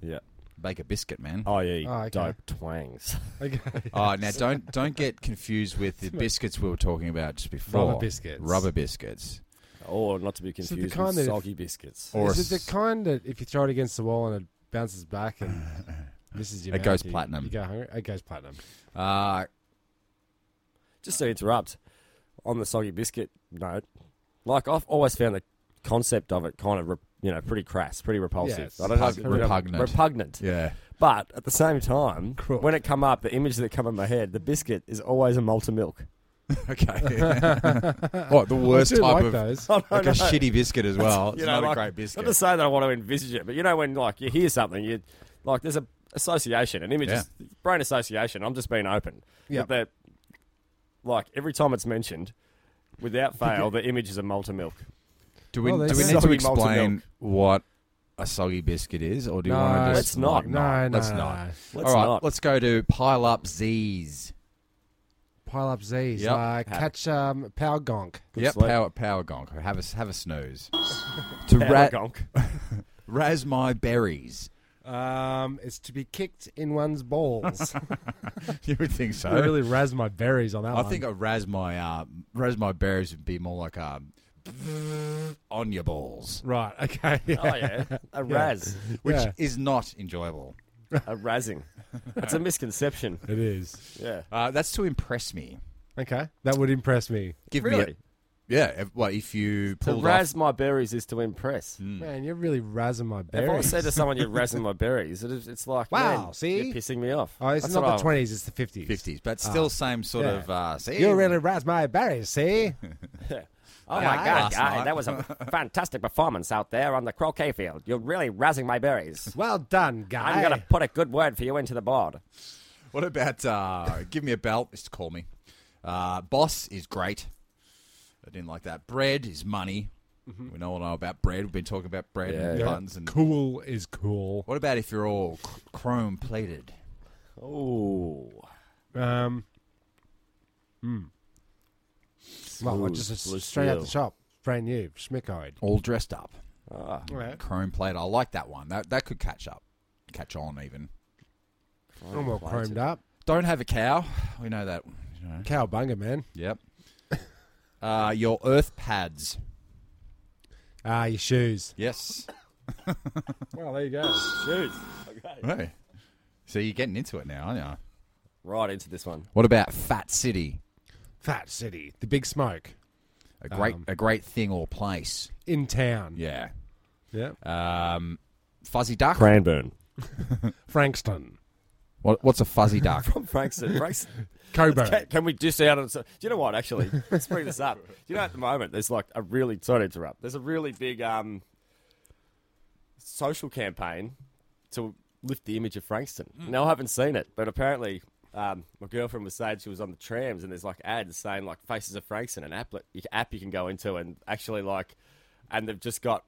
Yeah. bake a biscuit, man. Oh, Oh yeah. Oh, okay. Dope twangs. Okay. now don't don't get confused with the biscuits we were talking about just before. Rubber biscuits. Rubber biscuits. or not to be the confused kind with that if- soggy biscuits. Or Is it s- the kind that if you throw it against the wall and it bounces back and misses your It mouth, goes you- platinum. You go hungry. It goes platinum. Uh, Just to interrupt, on the soggy biscuit note, like I've always found the concept of it kind of re- you know pretty crass, pretty repulsive. it's I don't know, if- repugnant. Repugnant. repugnant. yeah. But at the same time, Crook. when it come up, the image that come in my head, the biscuit is always a malted milk. Okay. oh, the worst I do type like of those. Oh, no, like no. a shitty biscuit as well. It's You know, not like, a great Not biscuit. to say that I want to envisage it, but you know when like you hear something, you like there's a association, an image, Yeah. is- brain association. I'm just being open. Yep. But that, like every time it's mentioned, Without fail, the image is a malter milk. Do we, Well, they do we need said- to Soggy malted explain milk. what a soggy biscuit is, or do you No, want to just let's not. No, no, let's no, not. no. Let's All right, not. let's go to pile up Z's. Pile up Z's. Yep. Like catch um, Power Gonk. yep, sleep. power power gonk. Have a have a snooze. to ra- Gonk. raz my berries. Um, it's to be kicked in one's balls. You would think so. I really razz my berries on that I one. think a raz my uh, raz my berries would be more like a on your balls, Right, okay. Oh yeah, a raz, which Yeah. is not enjoyable. a razzing. It's a misconception. It is. Yeah. Uh, that's to impress me. Okay. That would impress me. Give me Really? a, yeah. If, well, if you To pulled off razz my berries is to impress. Hmm. Man, you're really razzing my If I berries. say to someone you're razzing my berries, it is, it's like Wow, man, see? you're pissing me off. oh, it's That's what not I- the 20s, it's the 50s. fifties, but Ah. still same sort yeah. of. Uh, see, You're really razz my berries, see? Ah, Oh Yeah, my god, last night. guy, that was a fantastic performance out there on the croquet field. You're really razzing my berries. Well done, guy. I'm gonna put a good word for you into the board. What about uh, give me a belt? Is to call me. Uh, boss is great. I didn't like that. Bread is money. We know all know about bread. We've been talking about bread and buns. And Cool is cool. what about if you're all cr- chrome plated? Oh, Um, hmm. Well, I just Smooth, straight out the smooth. shop. Brand new, schmickoid. All dressed up, Right. chrome plated. I like that one. That that could catch up, catch on even. I'm all chromed up. Don't have a cow. We know that. you know. Cowbunga, man. Yep. Uh, your earth pads. Ah, your shoes. Yes. Well, there you go. shoes. Hey. So you're getting into it now, aren't you? Right into this one. What about Fat City? Fat City, the big smoke A great, Um, a great thing or place. in town. Yeah. Yeah. Um, fuzzy duck. Cranburn. Frankston, What, what's a fuzzy duck? Frankston. Frankston. Coburn. Can, can we just out on? Do you know what? Actually, let's bring this up. Do you know at the moment there's like a really sorry to interrupt. There's a really big um social campaign to lift the image of Frankston. Now I haven't seen it, but apparently. Um, my girlfriend was saying she was on the trams and there's like ads saying like faces of Frankston, an applet, you can, app you can go into and actually like, and they've just got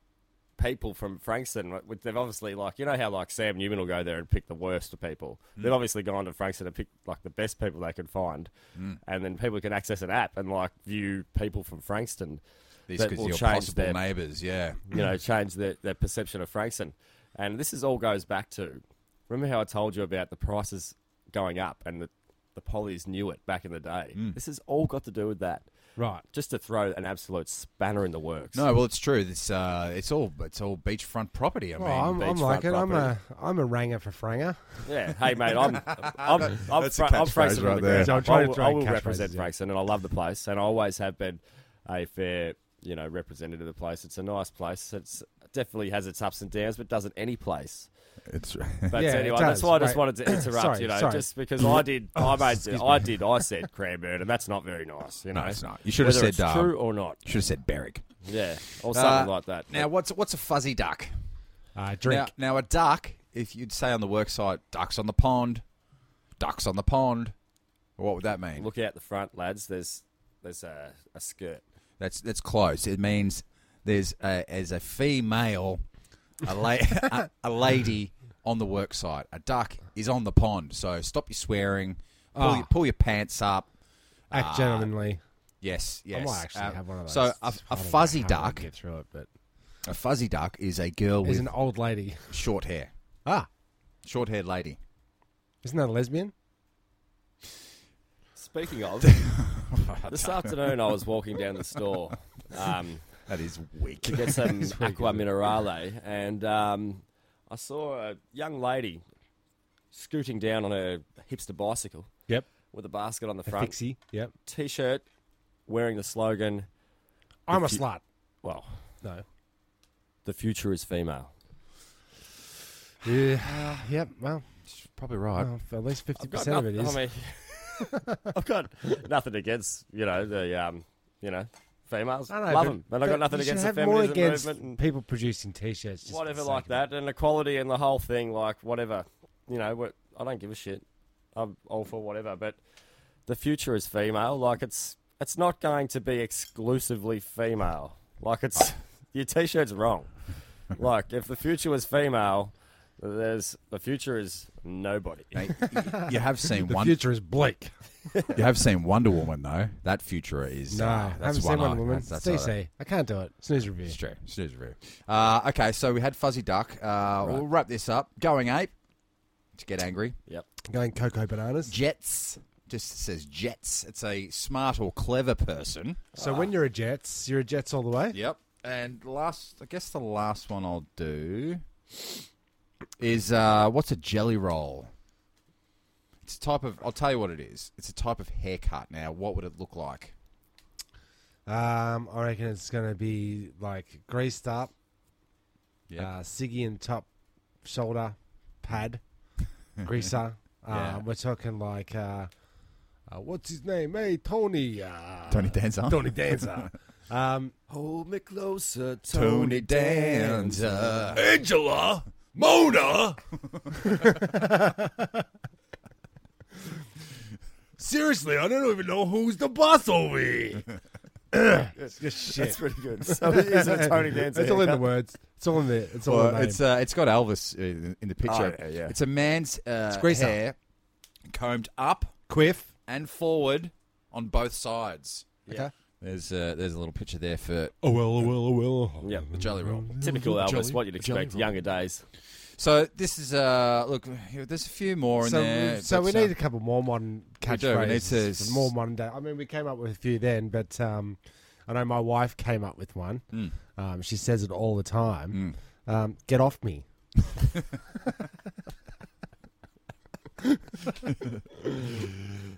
people from Frankston. like, which They've obviously like you know how like Sam Newman will go there and pick the worst of people. Hmm. They've obviously gone to Frankston and picked like the best people they could find, Hmm. and then people can access an app and like view people from Frankston. These that because will your change possible their- neighbours. Yeah. you know, change their, their perception of Frankston. And this is all goes back to remember how I told you about the prices going up and the, the pollies knew it back in the day. Hmm. This has all got to do with that. Right. Just to throw an absolute spanner in the works. No, well, it's true. It's uh, it's all it's all beachfront property. I Well, mean, Oh, I'm, I'm beachfront like it. I'm a I'm a ranger for franger. Yeah. Hey, mate, I'm I'm, I'm, That's a Fra- I'm catchphrase Frankston right on the there. ground. So I'm I trying to will, throw I will catchphrases represent in. Frankston, and I love the place, and I always have been a fair, you know, representative of the place. It's a nice place. It's definitely has its ups and downs, but doesn't any place. it's But Yeah, it anyway, does. that's why I just Wait. wanted to interrupt. Sorry, you know, sorry. just because I did, I made, I did, I said Cranbourne, and that's not very nice. You know, no, it's not. You should have Whether said it's uh, true or not. Should have said Berwick. Yeah, or Uh, something like that. Now, what's what's a fuzzy duck? Uh, drink. Now, now a duck. If you'd say on the work site, ducks on the pond, ducks on the pond. What would that mean? look out the front, lads. There's there's a, a skirt. That's that's close. It means there's a, as a female, a, la- a, a lady on the work site. A duck is on the pond. So stop your swearing. Pull, Ah. your, pull your pants up. Act gentlemanly. Yes, uh, yes. I might actually Uh, have one of those. So I a, don't know a fuzzy how I'm gonna duck, Get through it, but a fuzzy duck is a girl is with an old lady. short hair, Ah, short-haired lady. isn't that a lesbian? Speaking of, this afternoon I was walking down the store um, That is weak. to get some aqua minerale, and um, I saw a young lady scooting down on her hipster bicycle Yep. with a basket on the A front, fixie. Yep. t-shirt, wearing the slogan, I'm a you- slut. "Well, No. the future is female." Yeah. yep. Well, Probably right. well, at least fifty percent of it is. I mean, I've got nothing against you know the um, you know females. I I know, love but them, and I've that- got nothing you should against the have more feminism against movement and people producing t-shirts, just for whatever the like sake of that, and equality and the whole thing, like whatever. You know, what I don't give a shit. I'm all for whatever, but the future is female. Like it's it's not going to be exclusively female. Like it's your t-shirt's wrong. like if the future was female, there's the future is nobody. Hey, y- you have seen The one. future is bleak. You have seen Wonder Woman though. That future is No, uh, I that's haven't seen eye. Wonder Woman. That's, that's it's how that- DC. I can't do it. Snooze review. It's true. It's news review. Uh, okay, so we had Fuzzy Duck. Uh, We'll wrap this up. Going ape to get angry. Yep. Going cocoa bananas. Jets just says jets. It's a smart or clever person. So when you're a Jets, you're a Jets all the way. Yep. And last, I guess the last one I'll do is uh, what's a jelly roll? It's a type of. I'll tell you what it is. It's a type of haircut. Now, what would it look like? Um, I reckon it's gonna be like greased up, Yeah. uh, Siggy and top shoulder pad, greaser. Uh, Yeah. We're talking like uh, uh, what's his name? Hey, Tony. Uh, Tony Danza. Tony Danza. um, Hold me closer, Tony Danza. Angela, Mona. seriously, I don't even know who's the boss over here. That's pretty good. So it is a Tony Danza. It's all in the words. It's all in the. It's all Well, in the name. it's uh, it's got Elvis in, in the picture. Oh, yeah, yeah. It's a man's uh, greaser. hair combed up quiff. and forward on both sides. Okay. There's uh, there's a little picture there for Oh well, oh well, oh well. Yeah, the jelly roll. typical Elvis. What you'd expect, younger days. So this is uh look. here- There's a few more in So, there. so we but, uh, need a couple more modern do. We need to catchphrases. s- More modern day. I mean, we came up with a few then, but um, I know my wife came up with one. Hmm. Um, she says it all the Mm. time. Um, Get off me.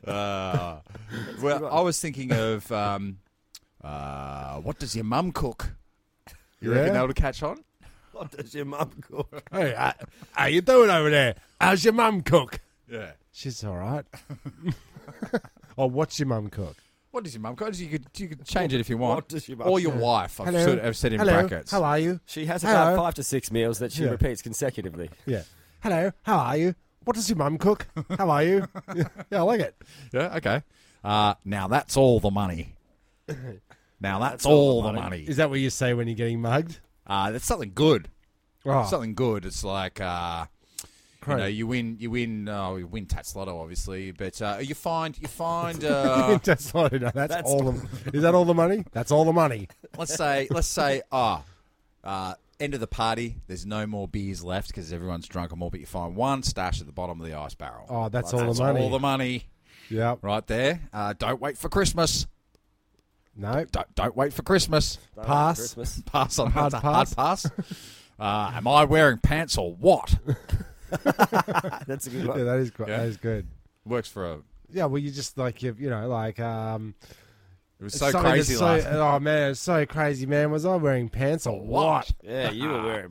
Uh, well, I was thinking of um, uh, what does your mum cook? You reckon Yeah. that'll catch on? What does your mum cook? Hey, uh, how you doing over there? How's your mum cook? Yeah. She's all right. or what's your mum cook? What does your mum cook? You could you could change it if you want. What does your mum or your cook? wife? I've, Hello. sort of- I've said in Hello. brackets. How are you? She has Hello. about five to six meals that she Yeah. repeats consecutively. Oh, Yeah. Hello. How are you? What does your mum cook? How are you? yeah, I like it. Yeah, okay. Uh, now that's all the money. now that's, all, the money. Is that what you say when you're getting mugged? Uh, that's something good. Oh, Something good. It's like uh, you crap. know, you win, you win, uh, you win Tats Lotto, obviously, but uh, you find, you find, uh, that's not enough. That's, That's- all the. Is that all the money? That's all the money. let's say, let's say, ah, uh, end of the party. There's no more beers left because everyone's drunk or more. But you find one stash at the bottom of the ice barrel. Oh, that's all That's the money. all the money yeah. right there. Uh, don't wait for Christmas. No. Don't don't wait for Christmas. Pass. Christmas. Pass on Hard hard pass. Hard pass. Uh, am I wearing pants or what? That's a good Yeah, one. that is good. Yeah. That is good. Works for a. Yeah, well, you just like you, you know, like um, It was it's so something that's crazy So, last. oh man, it's so crazy, man. Was I wearing pants or what? Yeah, you were wearing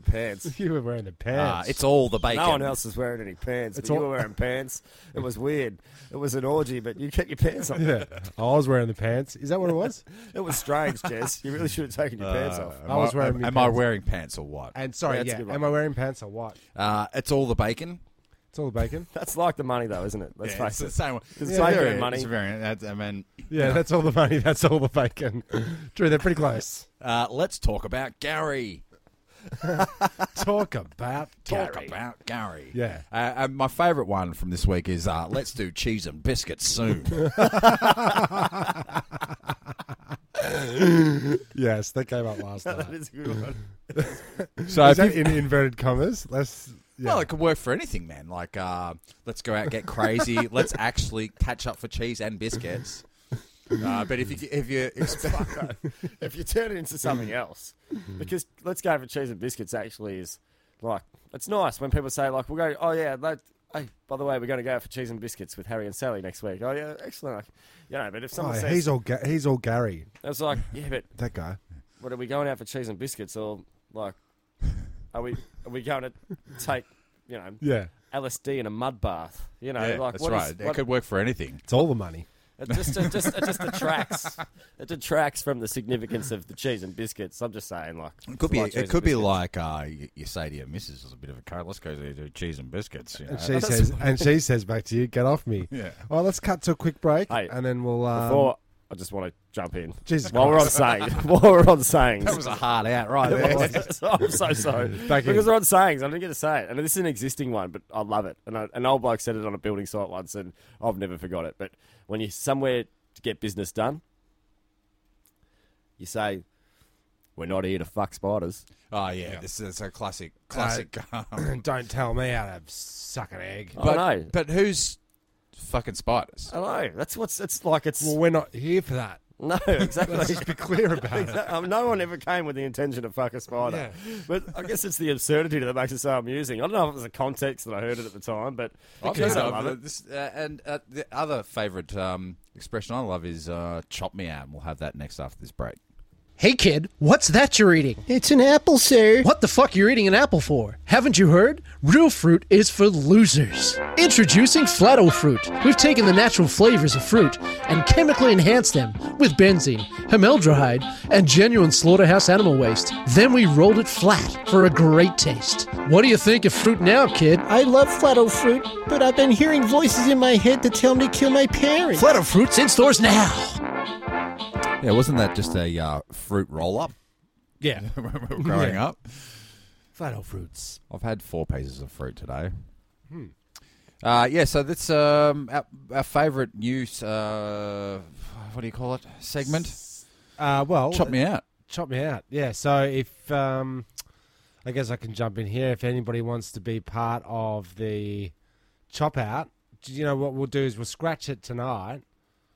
pants. You were wearing the Uh, pants. it's all the bacon. No one else was wearing any pants, but It's you all- were wearing pants. It was weird. It was an orgy, but you kept your pants on. yeah. I was wearing the pants. Is that what it was? It was strange, Jess. You really should have taken your pants off. Am I was wearing Am, me Uh, am I pants. wearing pants or what? And sorry, That's a yeah. good one. Am I wearing pants or what? Uh, it's all the bacon. It's all the bacon. That's like the money, though, isn't it? Let's Yeah, it's face the it. same one. It's like very- money. It's very, that, I mean, Yeah, that's all the money. That's all the bacon. True, they're pretty close. uh, let's talk about Gary. Talk about Talk Gary. about Gary. Yeah. Uh, and my favourite one from this week is uh, let's do cheese and biscuits soon. Yes, that came up last night. That is a good one. so Is if that you, in inverted commas? Let's. Yeah. well, it could work for anything, man. Like uh, let's go out get crazy. let's actually catch up for cheese and biscuits. Uh, but if you if you expect if you turn it into Mm-hmm. something else, because let's go for cheese and biscuits. Actually, is like it's nice when people say like we'll go. Oh yeah, that, hey, by the way, we're going to go out for cheese and biscuits with Harry and Sally next week. Oh yeah, excellent. Like, you know, but if Oh, someone says he's all ga- he's all Gary. it's like yeah, but That guy. what are we going out for cheese and biscuits or like are we are we going to take you know Yeah, LSD in a mud bath? You know, yeah, like that's what is- right. it what- could work for anything. it's all the money. It just, it just, it just detracts. It detracts from the significance of the cheese and biscuits. I'm just saying, like It could be. like cheese It and could be biscuits. like uh, you, you say to your missus, "Is a bit of a code. Let's go do cheese and biscuits." You know? And she says, and she says back to you, "Get off me." Yeah. Well, let's cut to a quick break, Hey, and then we'll. Um, before I just want to jump in. Jesus while we're on saying, while we're on saying, That was a hard out right there. I'm so sorry. Back in. because they're on sayings. I didn't get to say it. And this is an existing one, but I love it. And I, an old bloke said it on a building site once, and I've never forgot it. But when you're somewhere to get business done, you say, We're not here to fuck spiders. oh, yeah. This is a classic, classic. uh, Don't tell me how to suck an egg. But, I know. but who's fucking spiders? I know. That's what's it's like. It's. Well, we're not here for that. no, exactly. Let's just be clear about it. Exactly. Um, no one ever came with the intention to fuck a spider. But I guess it's the absurdity that makes it so amusing. I don't know if it was the context that I heard it at the time, but I've because heard I of love it. it. This, uh, and uh, the other favourite um, expression I love is uh, "chop me out," and we'll have that next after this break. Hey kid, what's that you're eating? It's an apple, sir. What the fuck you're eating an apple for? Haven't you heard? Real fruit is for losers. Introducing Flatto Fruit. We've taken the natural flavors of fruit and chemically enhanced them with benzene, formaldehyde, and genuine slaughterhouse animal waste. Then we rolled it flat for a great taste. What do you think of fruit now, kid? I love Flatto Fruit, but I've been hearing voices in my head that tell me to kill my parents. Flatto Fruit's in stores now. Yeah, wasn't that just a uh, fruit roll-up Yeah. when we were growing up? Flatto fruits. I've had four pieces of fruit today. Hmm. Uh, yeah, so that's um, our, our favourite news. Uh, what do you call it? Segment. Uh, well, Chop me out. chop me out. Yeah. So if um, I guess I can jump in here. If anybody wants to be part of the chop out, do you know what we'll do is we'll scratch it tonight.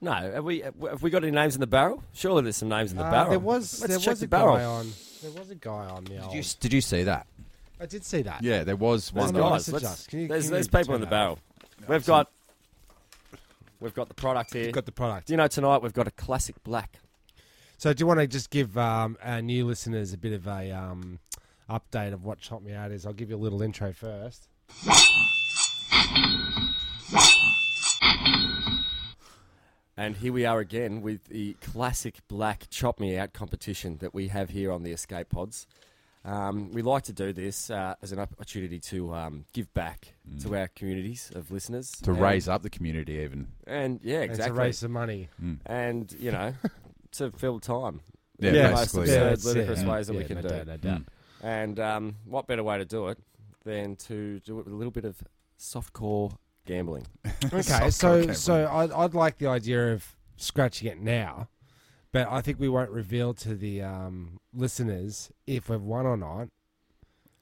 No, have we have we got any names in the barrel? Surely there's some names in the Uh, barrel. There was Let's there check was the a barrel. guy on. There was a guy on the old. Did you, did you see that? I did see that. Oh. Yeah, there was There's one. Let's go. that- guys. Suggest. let's- Can you- there's can there's you people in the turn barrel. We've got we've got the product here. You've got the product. Do you know tonight we've got a classic black. So do you want to just give um, our new listeners a bit of a um, update of what chop me out is? I'll give you a little intro first. And here we are again with the classic black chop me out competition that we have here on the Escape Pods. Um, we like to do this uh, as an opportunity to um, give back to our communities of listeners Mm. To And- raise up the community, even. Hmm. and yeah Exactly. exactly It's a race of money. and you know to fill time. Yeah, In the most basically. absurd, Yeah, that's it. ludicrous Yeah. ways that we Yeah, can no do. doubt, no doubt. And um, what better way to do it than to do it with a little bit of softcore gambling? Okay, Soft so cocaine, so I'd, I'd like the idea of scratching it now, but I think we won't reveal to the um, listeners if we've won or not.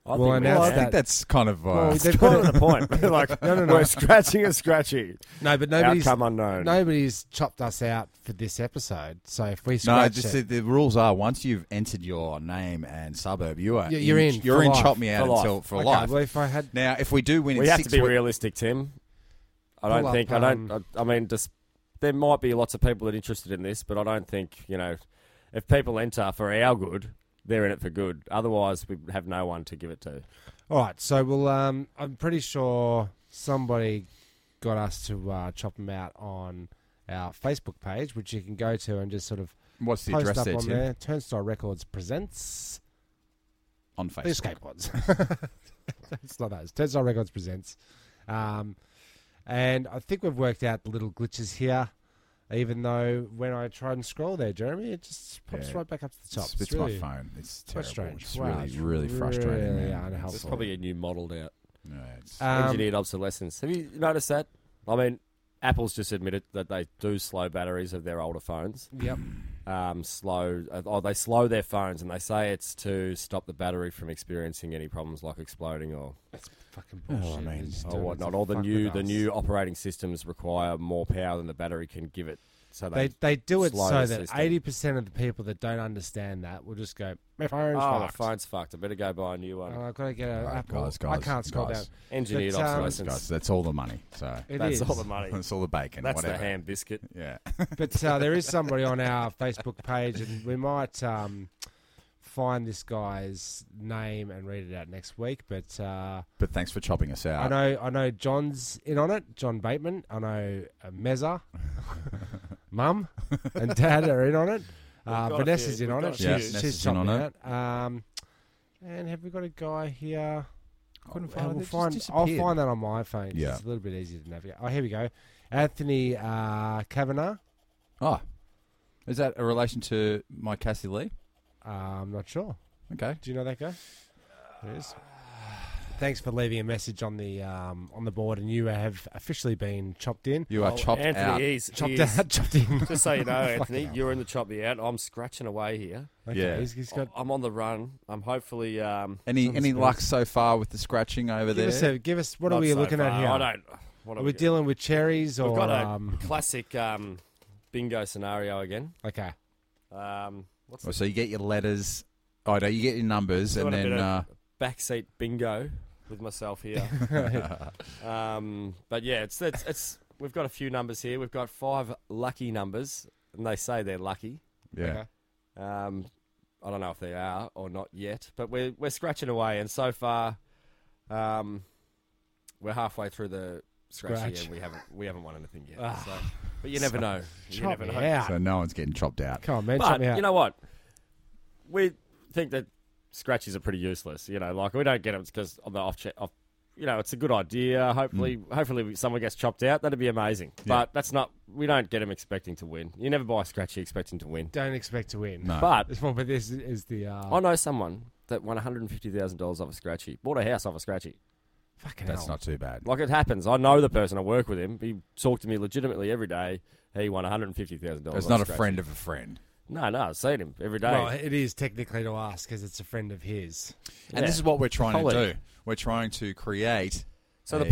I Well, think we I Well, I announced can. think that's kind of. Uh, Well, They've got a point. like, No, no, no. We're scratching and scratchy. No, but nobody's Outcome unknown. nobody's chopped us out for this episode. So if we No, scratch just it, the, the rules are once you've entered your name and suburb, you are Yeah, you're in You're for in. life. Chop me out For life. until for okay, life. Well, if I had now, if we do win, We in have six to be weeks- realistic, Tim. I don't Pull up, think. I don't. I, I mean, just, there might be lots of people that are interested in this, but I don't think you know. If people enter for our good, they're in it for good. Otherwise, we have no one to give it to. All right, so we'll. Um, I'm pretty sure somebody got us to uh, chop them out on our Facebook page, which you can go to and just sort of What's the post address up there, on Tim? there. Turnstile Records presents On the Facebook. escape pods. it's not that. It's Turnstile Records presents, um, and I think we've worked out the little glitches here. Even though when I try and scroll there, Jeremy, it just pops Yeah. right back up to the top. It's, it's my really- phone. It's terrible. frustrating. It's Wow, really, it's really frustrating. really man. unhelpful. There's probably a new modelled out No, it's- Um, engineered obsolescence. Have you noticed that? I mean, Apple's just admitted that they do slow batteries of their older phones. Yep. um, slow. Oh, they slow their phones, and they say it's to stop the battery from experiencing any problems like exploding or Fucking bullshit. I mean, They're just or doing it whatnot. to All the fuck new with the us. new operating systems require more power than the battery can give it. So they, They they do it slow so the that system. eighty percent of the people that don't understand that will just go, my phone's oh, my fucked. phone's fucked. I better go buy a new one. Oh, I've got to get an Ah, Right, apple. guys, I guys, can't scroll guys. down. Engineered but, um, obsolescence. guys, that's all the money. So It that's is. all the money. that's all the bacon. That's whatever. the ham biscuit. Yeah. but uh, there is somebody on our Facebook page, and we might um, find this guy's name and read it out next week. But uh, But thanks for chopping us out. I know I know John's in on it. John Bateman. I know uh, Mezza, Mum, and Dad are in on it. Uh, got a Vanessa's few. in We've on it. got a few. Yeah, She's, she's Vanessa's in chopping on it. Um, and have we got a guy here? Couldn't Uh, find it. It we'll Oh, just find- I'll disappeared. find that on my phone. 'cause Yeah. It's a little bit easier to navigate. Oh, here we go. Anthony uh, Kavanagh. Oh, Is that a relation to my Cassie Lee? Uh, I'm not sure. Okay. Do you know that guy? There is. Thanks for leaving a message on the um, on the board, and you have officially been chopped in. You are Oh, chopped Anthony out. Is, chopped he is. out, chopped in. Just so you know, Anthony, you're in the chop me out. I'm scratching away here. Okay, Yeah. he's, he's got. I'm on the run. I'm hopefully. Um, Any Some any screws. luck so far with the scratching over Give us, there? a, give us. What are not we so looking at far. here? I don't. What Are are we dealing with cherries or? We've got a um, classic um, bingo scenario again. okay. Um, what's Oh, so you get your letters. Oh no, you get your numbers, Doing and a then bit uh, of- backseat bingo with myself here. um, but yeah, it's, it's it's we've got a few numbers here. We've got five lucky numbers, and they say they're lucky. yeah. Okay. Um, I don't know if they are or not yet, but we're we're scratching away, and so far, um, we're halfway through the scratch, here, Scratch. and we haven't we haven't won anything yet. Ah. so, but you never know. You Chop never me know. out. So no one's getting chopped out. Come on, man. chop But me out. you know what? We think that scratches are pretty useless. You know, like we don't get them because on the off, cha- off, you know, it's a good idea. Hopefully, Hmm. hopefully someone gets chopped out. That'd be amazing. But that's not. We don't get them expecting to win. You never buy a scratchy expecting to win. don't expect to win. No. But This one, but this is- is the. Uh, I know someone that won one hundred and fifty thousand dollars off a scratchy. Bought a house off a scratchy. fucking That's hell. not too bad. Like it happens. I know the person. I work with him. He talked to me legitimately every day. He won one hundred and fifty thousand dollars. It's not a friend of a friend. No, no. I've seen him every day. Well, it is technically to us because it's a friend of his. And this is what we're trying to Colleague. do. We're trying to create. so the Yeah.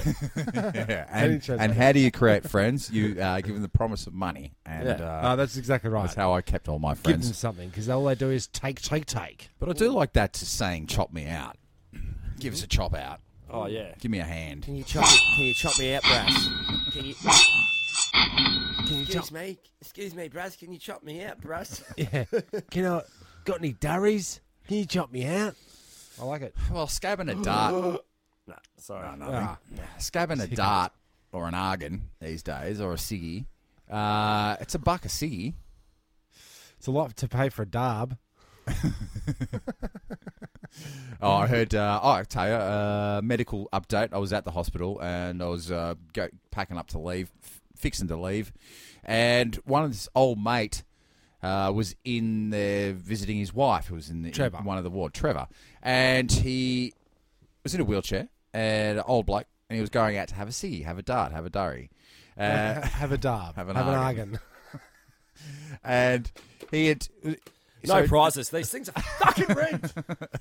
there. Yeah, didn't and, choose and that. how do you create friends? You uh, give them the promise of money, and Yeah. uh, Oh, that's exactly right. that's how I kept all my Give them friends. something because all they do is take, take, take. But I do like that to saying, "Chop me out." Give us a chop out. Oh yeah. Give me a hand. Can you chop it? Can you chop me out, Brass? Can you? Can you excuse me, excuse me, Brass. Can you chop me out, Brass? Yeah. Can I got any durries? Can you chop me out? I like it. Well, scabbing a dart, no, sorry. Ah, scabbing a dart, or an argan these days, or a ciggy. Uh, it's a buck a ciggy. it's a lot to pay for a dab. Oh, I heard. Uh, oh, I tell you, uh, medical update. I was at the hospital and I was uh, go, packing up to leave, f- fixing to leave, and one of this old mate uh, was in there visiting his wife, who was in, the, in Trevor. one of the ward, Trevor, and he was in a wheelchair, and an old bloke, and he was going out to have a ciggy, have a dart, have a durry. Uh, have a dab. have an argan. argan. and he had No so- prizes. These things are fucking rigged.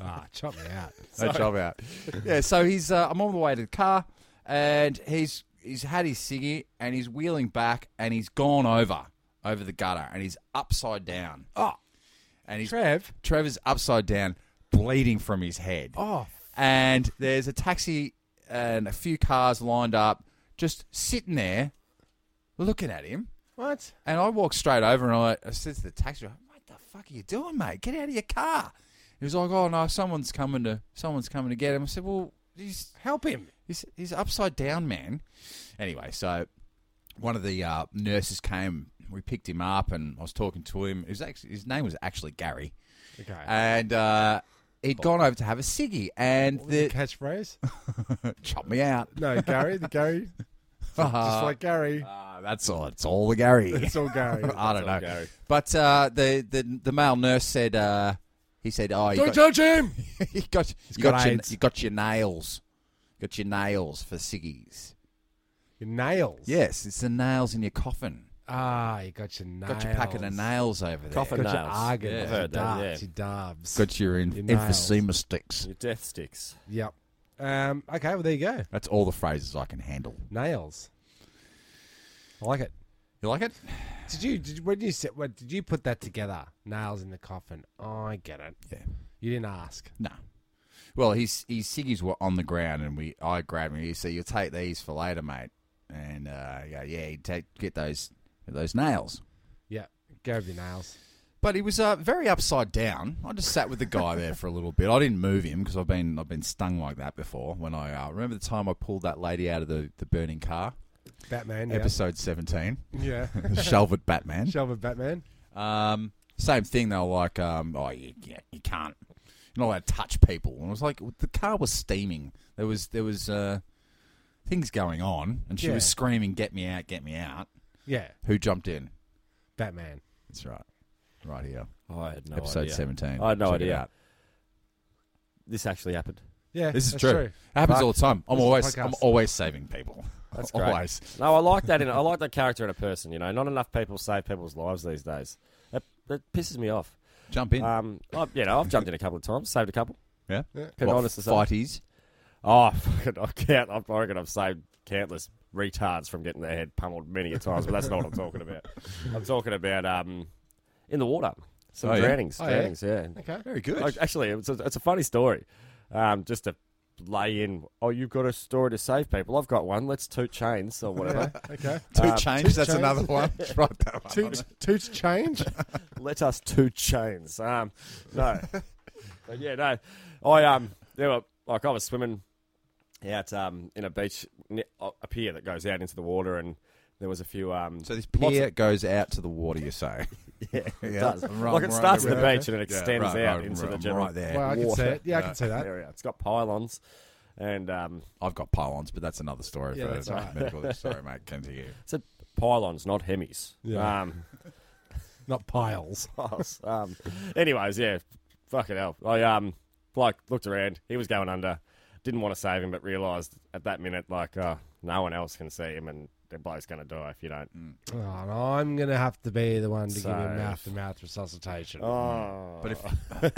ah, chop me out. No job out. Yeah, so he's uh, I'm on the way to the car, and he's he's had his ciggy, and he's wheeling back, and he's gone over over the gutter, and he's upside down. Oh, and he's Trev? Trevor's upside down, bleeding from his head. Oh, and there's a taxi and a few cars lined up, just sitting there, looking at him. what? And I walked straight over and I, I said to the taxi driver, "What the fuck are you doing, mate? Get out of your car!" He was like, "Oh no, someone's coming to someone's coming to get him." I said, "Well, he's Help him. he's, he's upside down, man." Anyway, so one of the uh, nurses came. We picked him up, and I was talking to him. It was actually, his name was actually Gary, Okay. and uh, he'd gone over to have a ciggy, and What was the the catchphrase? chop me out. No, Gary. The Gary. Just like Gary. Ah, that's all. It's all the Gary. It's all Gary. I don't know. That's all Gary. But uh, the, the the male nurse said uh, he said, "Oh, you got, touch him. you got, you got got, your, AIDS. you got your nails, got your nails for ciggies." Your nails. Yes, it's the nails in your coffin. Ah, you got your nails. Got your packet of nails over there. Coffin Got your Nails. argan. Yeah. Your I've heard that, dabs, yeah. Your dabs. Got your, in- Your nails. emphysema sticks. Your death sticks. Yep. Um, okay, well, there you go. That's all the phrases I can handle. Nails. I like it. You like it? Did you? Did when you said? What did you put that together? Nails in the coffin. I get it. Yeah. You didn't ask. No. Well, his his ciggies were on the ground, and we I grabbed him. He said, "You'll take these for later, mate." And uh, I go, "Yeah, you take get those get those nails." Yeah. Go with your nails. But he was uh, very upside down. I just sat with the guy there for a little bit. I didn't move him because I've been I've been stung like that before. When I uh, remember the time I pulled that lady out of the, the burning car, Batman. episode seventeen, Yeah. yeah. the shelved Batman. Shelf of Batman. Um, same thing. They were like, um, "Oh, you, yeah, you can't. You're not allowed to touch people." And I was like, "The car was steaming. There was there was uh, things going on, and she Yeah. was screaming, "Get me out! Get me out!" Yeah. Who jumped in? Batman. That's right. Right here. I had no Episode idea. 17. I had no Check it idea. out. This actually happened. Yeah, This is that's true. It happens Fuck. all the time. I'm This is a always I'm podcast. always saving people. That's great. always. No, I like that. In I like that character in a person. You know, not enough people save people's lives these days. That, that pisses me off. Jump in. Um, I, you know, I've jumped in a couple of times, saved a couple. Uh, yeah. Can What, honestly say- fighties. Oh, fucking, I can't. I reckon I've saved countless retards from getting their head pummeled many a times, but that's not what I'm talking about. I'm talking about um, in the water. Some Oh, yeah? drownings. Oh, yeah? drownings, yeah. Okay. Very good. Like, Actually, it's a, it's a funny story. Um, just to lay in, oh, you've got a story to save people. I've got one. Let's toot chains or whatever. Okay. Two Uh, change. That's change. another one. right that one. Toots, toots change. Let us toot chains. Um, no. but yeah, no. I um, there were, like I was swimming out um in a beach, ne- a pier that goes out into the water, and there was a few um. So this Lots pier goes out to the water. You say? Yeah, it Yeah. does. I'm right- like it I'm right starts at over the there. beach and it extends right, out right, into right, the I'm general right there. Well, I can see Water. it. Yeah, I can see that. area. It's got pylons, and um, I've got pylons, but that's another story Yeah, for that's right. medical. Sorry, mate. Continue. it's a pylons, not hemis. Yeah. Um, Not piles. was. Um, anyways, yeah, fucking hell. I um, like looked around. He was going under. Didn't want to save him, but realised at that minute, like, uh, no one else can see him, and the bloke's gonna die if you don't. Oh, and I'm going to have to be the one to give So- you mouth to mouth resuscitation. Mm. Oh, But if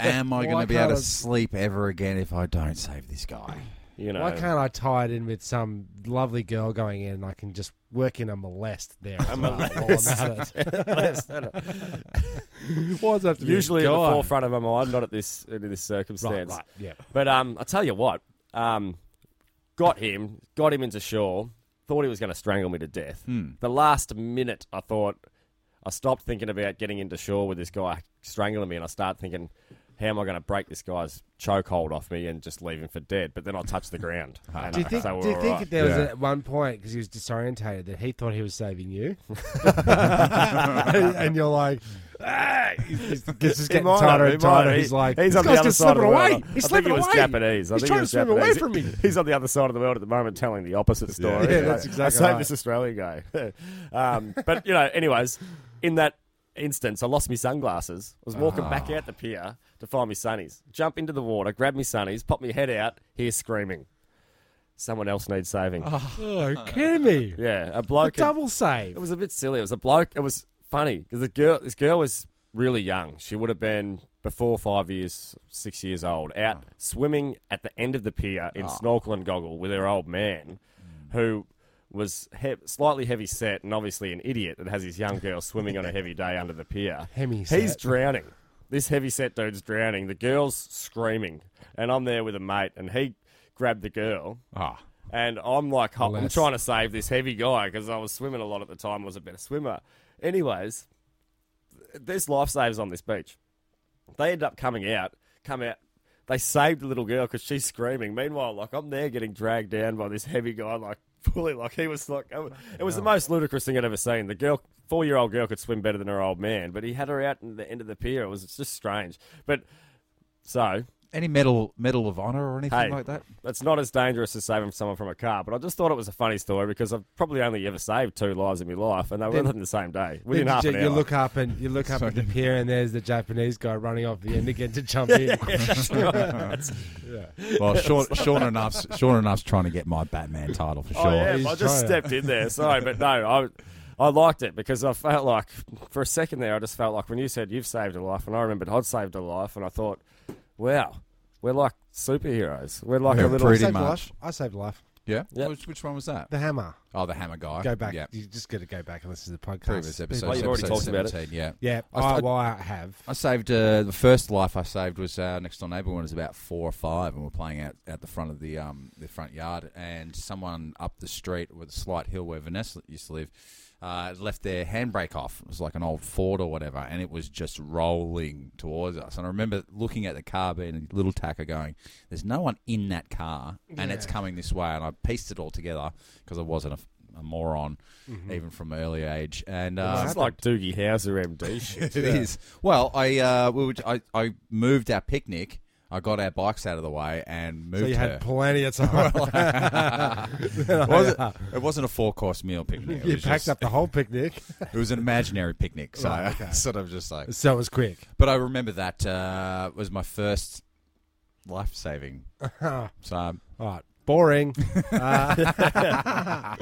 am I Why going to be able to can't I- sleep ever again if I don't save this guy? you know, Why can't I tie it in with some lovely girl going in and I can just work in a molest there? A molest. Why does it have to be a usually at the guy? forefront of my mind, not at this in this circumstance. Right, right, yeah. But um, I tell you what, um, got him, got him into shore. Thought he was going to strangle me to death. The last minute, I thought I stopped thinking about getting into shore with this guy strangling me, and I start thinking, how am I going to break this guy's chokehold off me and just leave him for dead? But then I touch the ground. and Do you think, so we're do you all think right. there was Yeah. at one point, because he was disorientated, that he thought he was saving you? and, and you're like, ah, he's, he's, this is He getting might tighter have, and he might tighter. have. He's He- like, he's this on the guy's other just side of slipping the away. world. He's I think slipping he was away. Japanese. I He's think trying he to was swim away Japanese. from me. He's on the other side of the world at the moment, telling the opposite story. Yeah, that's Like, exactly I saved right. this Australian guy. um, but you know, anyways, in that instance, I lost my sunglasses. I was walking Ah. back out the pier to find my sunnies. Jump into the water, grab my sunnies, pop my head out, hear screaming. Someone else needs saving. Oh, are you kidding me. Yeah, a A bloke. had- double save. it was a bit silly. It was a bloke. It was funny because the girl, this girl was really young. She would have been before five years, six years old, out swimming at the end of the pier in snorkel and goggle with her old man, who was he- slightly heavy set and obviously an idiot that has his young girl swimming on a heavy day under the pier. Hemi He's set. drowning. This heavy set dude's drowning. The girl's screaming, and I'm there with a mate, and he grabbed the girl. Ah, And I'm like, ho- I'm Bless. trying to save this heavy guy because I was swimming a lot at the time. I was a better swimmer. Anyways, th- there's lifesavers on this beach. They end up coming out, come out. They saved the little girl because she's screaming. Meanwhile, like I'm there getting dragged down by this heavy guy, like fully, like he was like, it was the most ludicrous thing I'd ever seen. The girl, four year old girl, could swim better than her old man, but he had her out in the end of the pier. It was just strange. But so any medal medal of honor or anything Hey. like that? that's not as dangerous as saving someone from a car, but I just thought it was a funny story because I've probably only ever saved two lives in my life, and they were Then- within the same day, Then within half you, an hour. you look up and you look up at the pier, and there's the Japanese guy running off the end again to jump in. Well, Sean, Sean enough's Sean enough's trying to get my Batman title for sure. oh yeah, He's I just trying to- stepped in there. Sorry, but no, I. I liked it because I felt like, for a second there, I just felt like when you said you've saved a life, and I remembered I'd saved a life, and I thought, wow, we're like superheroes. We're like Yeah, a little. pretty saved a much. life. I saved a life. Yeah. Yep. Which, which one was that? The hammer. Oh, the hammer guy. Go back. Yeah. You just got to go back and listen to the podcast. Previous episode. Oh, you've already episode talked about it. 17, Yeah. Yeah, I- I, I- well, I have. I saved uh, the first life I saved was our next door neighbour when it was about four or five, and we're playing out at the front of the um, the front yard, and someone up the street with a slight hill where Vanessa used to live. Uh, left their handbrake off. It was like an old Ford or whatever, and it was just rolling towards us. And I remember looking at the car, being a little tacker, going, "There's no one in that car, and it's coming this way." And I pieced it all together because I wasn't a, a moron, even from an early age. And uh, It's like Doogie Howser MD shit. it is. Well, I uh, we were, I I moved our picnic I got our bikes out of the way and moved So you her. had plenty of time. it, wasn't, it wasn't a four course meal picnic. It you was packed just- up the whole picnic, It was an imaginary picnic, so I sort of just like. so it was quick. But I remember that uh, was my first life saving. so um, All right, boring. Uh,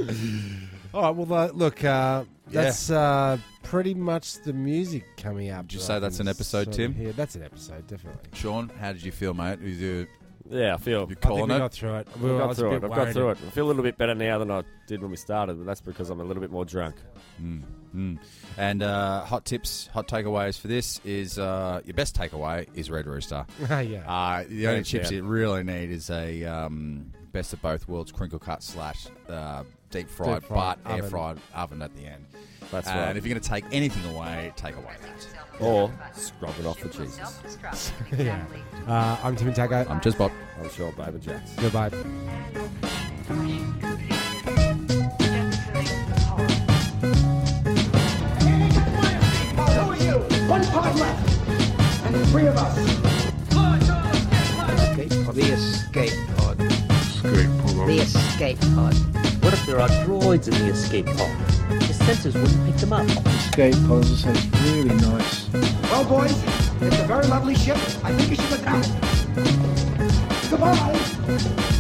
all right, well, uh, look, uh, that's uh, pretty much the music coming up. Did you say that's an episode, Tim? Yeah, that's an episode, definitely. Sean, how did you feel, mate? You do Yeah, I feel. you I think calling we it? got through it. We I've were- I got was a through it. bit I've got worried. through it. I feel a little bit better now than I did when we started, but that's because I'm a little bit more drunk. Mm. And uh, hot tips, hot takeaways for this is uh, your best takeaway is Red Rooster. yeah. Uh, the only Thanks, chips Dan. you really need is a um, best of both worlds crinkle cut slash uh, deep fried, Deep fried but air oven. fried oven at the end. Uh, That's and right. if you're going to take anything away, take away that. Or scrub it off for Jesus. yeah. Uh, I'm Timmy Taco. I'm just Bob. I'm sure, baby Jacks. Goodbye. Escape pod. The escape pod. The escape pod. What if there are droids in the escape pod? The sensors wouldn't pick them up. Well, boys, it's a very lovely ship. I think you should look out. Goodbye.